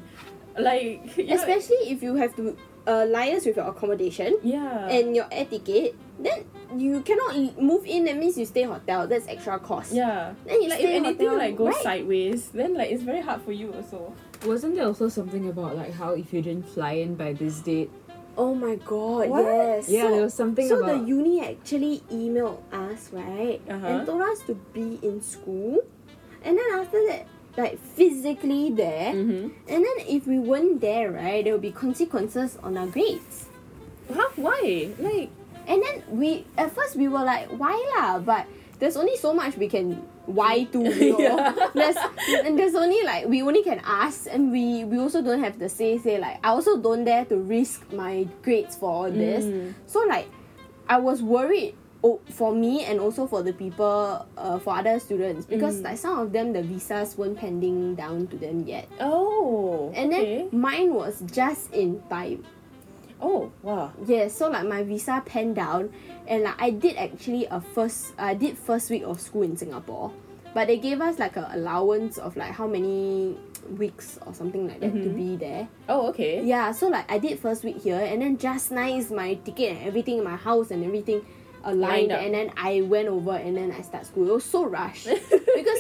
like. You know, Especially if you have to uh, liaise with your accommodation yeah. and your air ticket, then you cannot l- move in. That means you stay hotel. That's extra cost. yeah. Then you Like, if stay anything, hotel, like, goes right? sideways, then, like, it's very hard for you also. Wasn't there also something about like how if you didn't fly in by this date? Oh my god, What? yes. Yeah, So- there was something so the about. uni actually emailed us, right? Uh-huh. And told us to be in school. And then after that, like physically there. Mm-hmm. And then if we weren't there, right, there will be consequences on our grades. Huh? Why? Like, And then we at first we were like, why lah? But there's only so much we can why to you know. Yeah. There's and there's only like we only can ask and we we also don't have the say say like I also don't dare to risk my grades for all this. Mm. So like I was worried o- for me and also for the people uh, for other students Mm. because like some of them the visas weren't pending down to them yet. oh. And then okay. mine was just in time. Oh, wow. Yeah, so like my visa penned down, and like I did actually a first, I did first week of school in Singapore, but they gave us like a allowance of like how many weeks or something like that to be there. Oh, okay. Yeah, so like I did first week here, and then just nice my ticket and everything, my house and everything aligned, Lined up. and then I went over and then I start school. It was so rushed because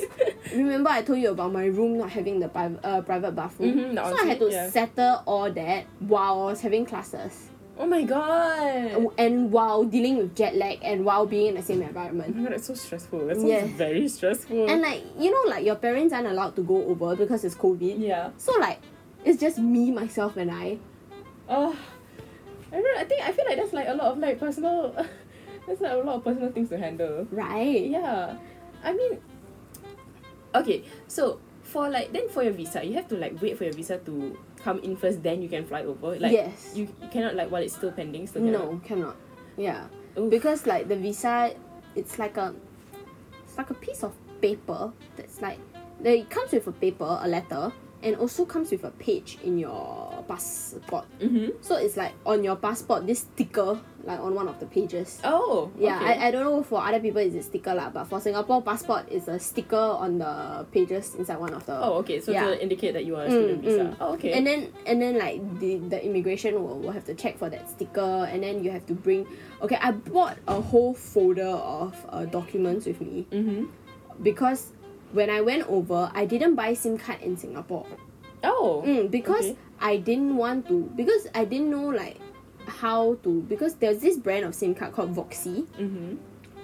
remember I told you about my room not having the pri- uh, private bathroom, Mhm, the so I had to ensuite, yeah. settle all that while I was having classes Oh my god. Oh and while dealing with jet lag and while being in the same environment. Oh my god, that's so stressful. That sounds Yeah. very stressful. And like you know, like your parents aren't allowed to go over because it's COVID. yeah. So like It's just me, myself, and I. Oh, I don't. know, I think I feel like that's like a lot of like personal. that's like a lot of personal things to handle. Right? Yeah, I mean. Okay, so for like then for your visa, you have to like wait for your visa to come in first, then you can fly over. Like Yes. you, you cannot like while it's still pending. Still No, cannot. Yeah. Oof. Because like the visa, it's like a, it's like a piece of paper that's like, that it comes with a paper, a letter, and also comes with a page in your passport. Mm-hmm. So it's like on your passport, this sticker like on one of the pages. Oh. Yeah, Okay. I, I don't know for other people is it sticker lah, but for Singapore passport is a sticker on the pages inside one of the oh, okay. So Yeah. to indicate that you are a Mm, student visa. mm. Oh, okay. And then and then like the, the immigration will, will have to check for that sticker and then you have to bring okay, I bought a whole folder of uh, documents with me mm-hmm. because when I went over I didn't buy SIM card in Singapore. Oh. Mm, because Okay. I didn't want to because I didn't know like how to because there's this brand of SIM card called Voxy. Mm-hmm.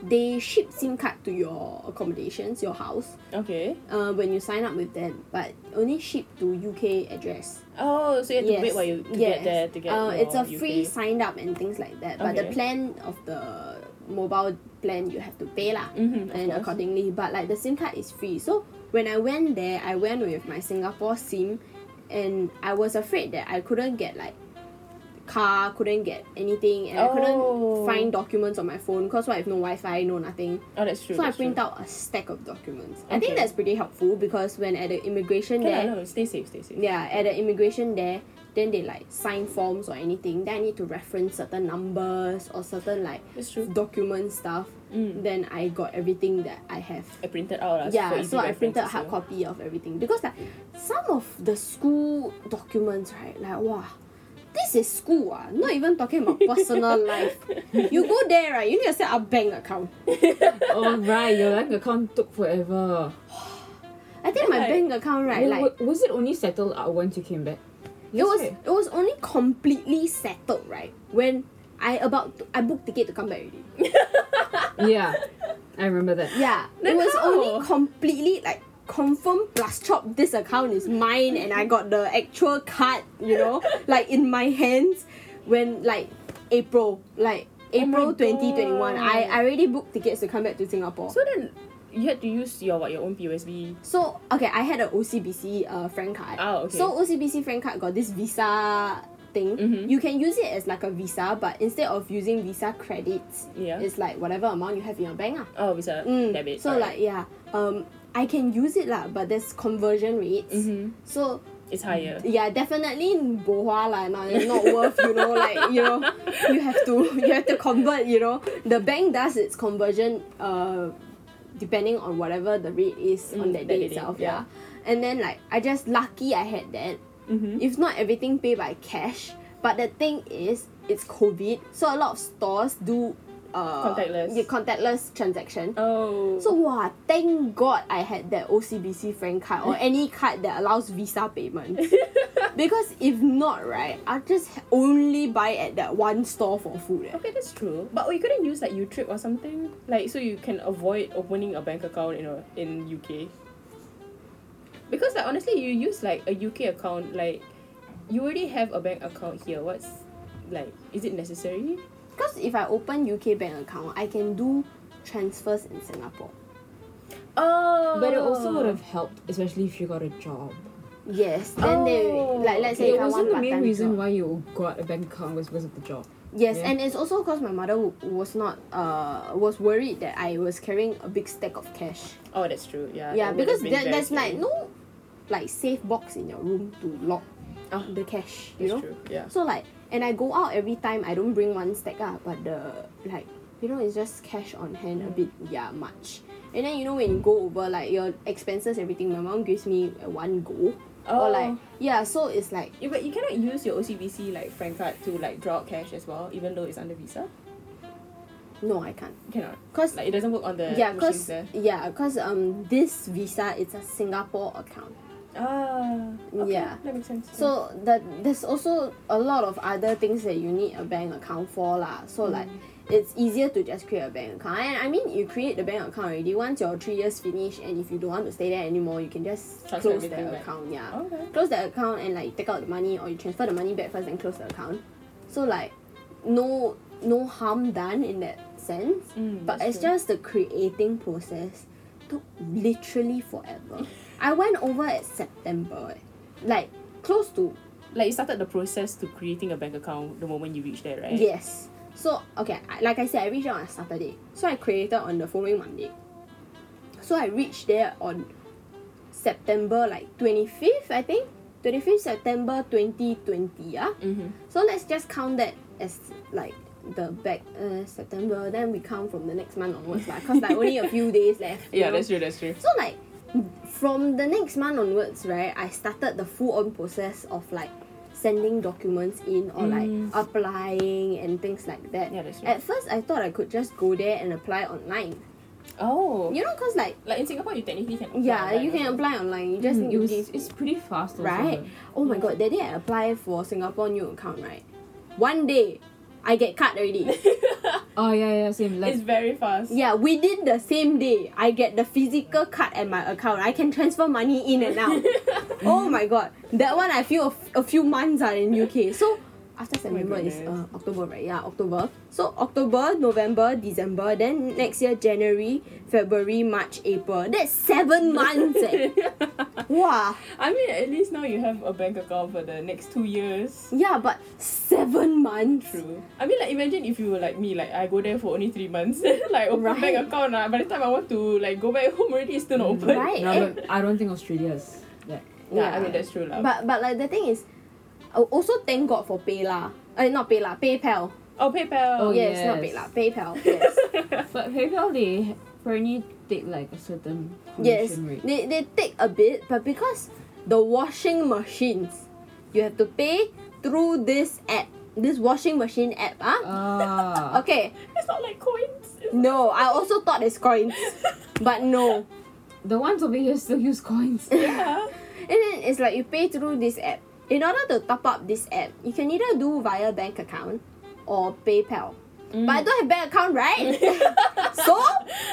They ship SIM card to your accommodations, your house, Okay. uh, when you sign up with them, but only ship to UK address. Oh, so you have to wait while you to yes. get there to get. Uh, your it's a UK. free sign up and things like that. But the Okay. plan of the mobile plan you have to pay lah, Mhm, of and course. accordingly. But like the SIM card is free. So when I went there, I went with my Singapore SIM, and I was afraid that I couldn't get like car, couldn't get anything, and I couldn't Oh. find documents on my phone. Cause what if no Wi Fi, no nothing. Oh, that's true. So I that's print true. out a stack of documents. I think Okay. that's pretty helpful because when at the immigration Yeah, there, no, stay safe, stay safe. yeah, at the immigration there, then they like sign forms or anything. Then I need to reference certain numbers or certain like That's true. document stuff. Mm. Then I got everything that I have. I printed out. lah, for yeah, easy so I reference printed also. hard copy of everything because like some of the school documents, right? Like wow, this is school ah. Not even talking about personal life. You go there, right? You need to set up bank account. All Oh, right, your bank account took forever. I think my Right. bank account, right? Wa- like wa- was it only settled out once you came back? it was right. it was only completely settled right when I about to, I booked ticket to come back already. yeah, I remember that. Yeah, it Then was how? only completely like confirm plus chop. This account is mine, and I got the actual card. You know, like in my hands when like April, like April Oh God. twenty twenty one. I I already booked tickets to come back to Singapore. So then you had to use your what your own POSB. So okay, I had an OCBC uh, frank card. Oh, okay. So OCBC frank card got this Visa thing. Mhm. You can use it as like a Visa, but instead of using Visa credits, Yeah. it's like whatever amount you have in your bank. Ah. oh, Visa Mm. debit. So like yeah, um, I can use it lah, but there's conversion rates. Mhm. So it's higher. yeah, definitely bohua lah. Not, not worth you know like you know you have to you have to convert. You know the bank does its conversion uh depending on whatever the rate is on that Mm, that day day, itself. yeah. Yeah. and then like I just lucky I had that. Mm-hmm. If not everything pay by cash, but the thing is it's COVID, so a lot of stores do. Uh, Contactless. yeah, contactless transaction. Oh. So wow, thank God I had that OCBC friend card or any card that allows Visa payment. because if not, right, I just only buy at that one store for food. eh. Okay, that's true. But we couldn't use like UTrip or something, like so you can avoid opening a bank account in a, in UK. Because like honestly, you use like a UK account, like you already have a bank account here. What's like, is it necessary? Because if I open UK bank account, I can do transfers in Singapore. Oh, But it also would have helped, especially if you got a job. Yes, then they Oh, like let's say it if I want wasn't the main part-time reason job. why you got a bank account was because of the job. Yes, Yeah. and it's also because my mother w- was not uh was worried that I was carrying a big stack of cash. Oh, that's true. Yeah. yeah it would because have been there, very there's like scary. no like safe box in your room to lock Ah, the cash you That's know true. Yeah. so like and i go out every time i don't bring one stack ah, but the like you know it's just cash on hand a bit yeah much and then you know when you go over like your expenses everything my mom gives me uh, one go or like yeah so it's like Oh. Yeah, but you cannot use your OCBC like frank card to like draw out cash as well, even though it's under Visa. no i can't You cannot. because Like it doesn't work on the yeah machines because there. yeah because um this visa it's a singapore account Ah. Okay, Yeah. That makes sense. So that there's also a lot of other things that you need a bank account for lah. So like Mm-hmm. it's easier to just create a bank account. And I mean, you create the bank account already. Once your three years finish, and if you don't want to stay there anymore, you can just Transfer close everything the back. account. Yeah, Okay. close the account and like take out the money, or you transfer the money back first and close the account. So like, no no harm done in that sense. but it's just the creating process took literally forever. I went over at September, like close to Like you started the process to creating a bank account the moment you reached there, right? Yes. So okay, I- like I said, I reached there on a Saturday. So I created on the following Monday. So I reached there on September like twenty fifth, I think. Twenty fifth September twenty twenty, yeah. Mhm. So let's just count that as like the back uh, September. Then we count from the next month onwards, lah. Cause like only a few days left. you Yeah, know? that's true. That's true. So like from the next month onwards, right, I started the full on process of like sending documents in or like applying and things like that. Yeah, that's right. At first I thought I could just go there and apply online. Oh. You know, cause like Like in Singapore, you technically can. apply yeah, online you can also. apply online. You just Mm, need it to was, give it's pretty fast also. right. Mm-hmm. Oh my god, that day I apply for Singapore new account, right? One day I get cut already. Oh yeah, yeah, same. Like It's very fast. Yeah, within the same day, I get the physical card at my account. I can transfer money in and out. oh my god, that one I feel a, f- a few months are in UK. So after September is uh, Oh goodness. October, right? Yeah, October. So October, November, December, then next year January, February, March, April. That's seven months. Eh. wow. I mean, at least now you have a bank account for the next two years. Yeah, but seven months. True. I mean, like imagine if you were like me, like I go there for only three months, like open Right. bank account. Uh, by the time I want to like go back home already, it's still not open. Right. no, eh. but I don't think Australia's that. Yeah, I mean that's true lah. But but like the thing is, uh, also thank God for PayLah. Uh, not PayLah, PayPal. oh PayPal. Oh, yes, not yes. PayLah, PayPal. Yes, But PayPal they apparently take like a certain yes. commission rate. They, they take a bit, but because the washing machines, you have to pay through this app, this washing machine app. Ah, Ah. okay. It's not like coins. It's No, I also thought it's coins, but no. The ones over here still use coins. yeah. And then it's like you pay through this app. In order to top up this app, you can either do via bank account or PayPal. But Mm. I don't have bank account, right? so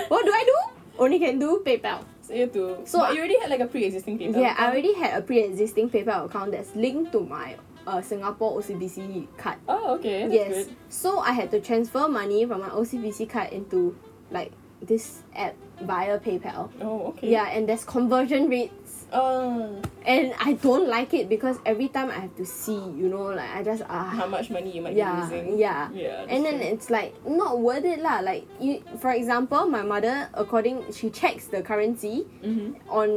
what do I do? Only can do PayPal. So you have to. So So I- you already had like a pre-existing PayPal. Yeah, I account. already had a pre-existing PayPal account that's linked to my uh, Singapore OCBC card. Oh okay. That's yes. Good. So I had to transfer money from my OCBC card into like this app via PayPal. Oh okay. Yeah, and there's conversion rates. Oh, And I don't like it because every time I have to see, you know, like I just ah how much money you might yeah, be using? yeah. Yeah. and then it's that's like not worth it lah. Like you, for example, my mother according she checks the currency true. Mhm. on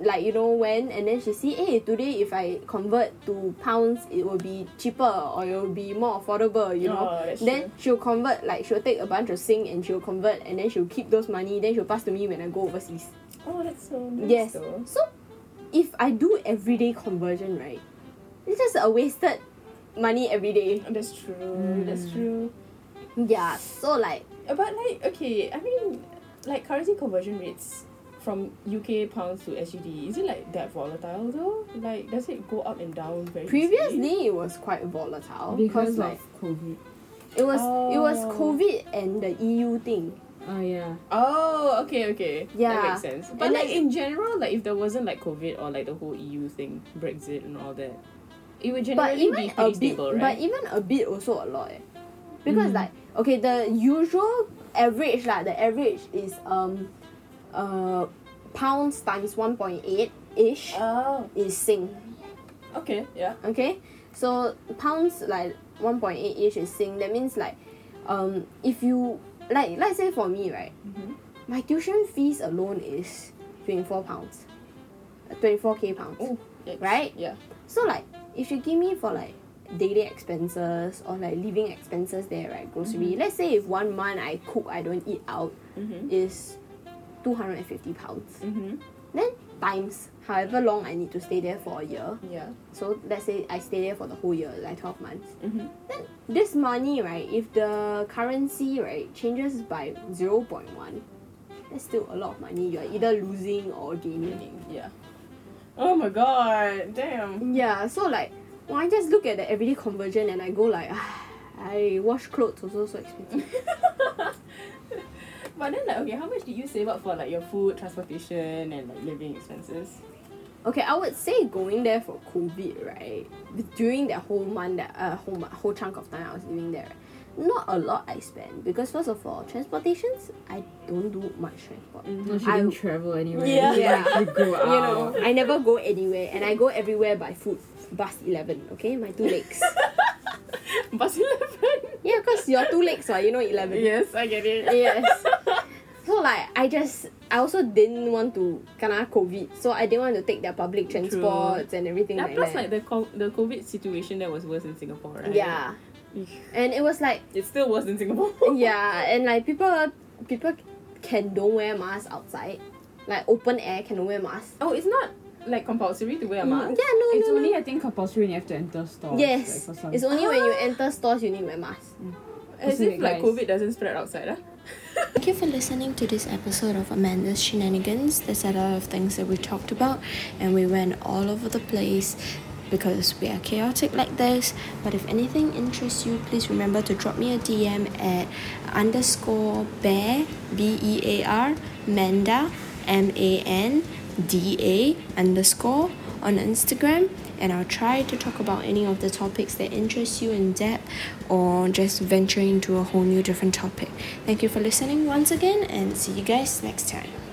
like you know when and then she see hey today if I convert to pounds it will be cheaper or it will be more affordable you know Oh, that's then she'll true. convert like she'll take a bunch of sing and she'll convert and then she'll keep those money then she'll pass to me when I go overseas Oh, that's so nice. yes though. so if I do everyday conversion right it's just a wasted money every day That's true. Mm. That's true. yeah so like Uh, But like, okay, I mean, like currency conversion rates from UK pounds to SGD, is it like that volatile though? Like, does it go up and down very easily? previously it was quite volatile because like of COVID. it was it was Oh. COVID and the EU thing Oh yeah. Oh, okay, okay. Yeah. that makes sense. But And like then- in general, like if there wasn't like COVID or like the whole EU thing, Brexit and all that, it would but generally even be a pretty bit stable, but right? Mm. even a bit also a lot eh. because like okay the usual average like the average is um uh pounds times 1.8 ish oh, is sing okay, yeah. okay so pounds like 1.8 ish is sing that means like um if you like let's say for me right Mhm. my tuition fees alone is 24 pounds 24k pounds Oh, yikes. Right? Yeah. So like if you give me for like daily expenses or like living expenses there, right? Grocery. Let's say if one month I cook, I don't eat out Mhm. is two hundred and fifty pounds. Mhm. Then times however long I need to stay there for a year. Yeah. So let's say I stay there for the whole year, like twelve months. Mhm. Then this money, right, if the currency right changes by zero point one, that's still a lot of money. You're either losing or gaining. Yeah. Oh my god! Damn. Yeah, so like when I just look at the everyday conversion and I go like I wash clothes also so expensive. But then like okay, how much did you save up for like your food, transportation, and like living expenses? Okay, I would say going there for COVID, right? During that whole month, that uh, whole mo- whole chunk of time I was living there, right? not a lot I spent because first of all, transportations I don't do much transport. Mm, No, she I- didn't Oh. travel anywhere. Yeah. Like, you go out. You know, I never go anywhere, and I go everywhere by foot. Bus eleven, okay, my two legs. Bus eleven. yeah, cause your two legs are you know eleven. Yes, I get it. Yes. So like I just I also didn't want to kena COVID, so I didn't want to take their public True. transports and everything Now, like plus that. like the co- the COVID situation there was worse in Singapore, right? yeah, and it was like It's still worse in Singapore. yeah, and like people people can don't wear masks outside, like open air can wear masks. Mm, Oh, it's not like compulsory to wear a Yeah, no, mask. It's no, only, no. I think, compulsory when you have to enter stores. yes, Like, for some Ah. it's only when you enter stores you need wear mask. As Isn't if it, like guys? COVID doesn't spread outside, ah. huh? Thank you for listening to this episode of Amanda's Shenanigans. There's a lot of things that we talked about, and we went all over the place because we are chaotic like this. But if anything interests you, please remember to drop me a DM at underscore bear b e a r manda m a n d a underscore on Instagram, and I'll try to talk about any of the topics that interest you in depth or just venture into a whole new different topic. Thank you for listening once again, and see you guys next time.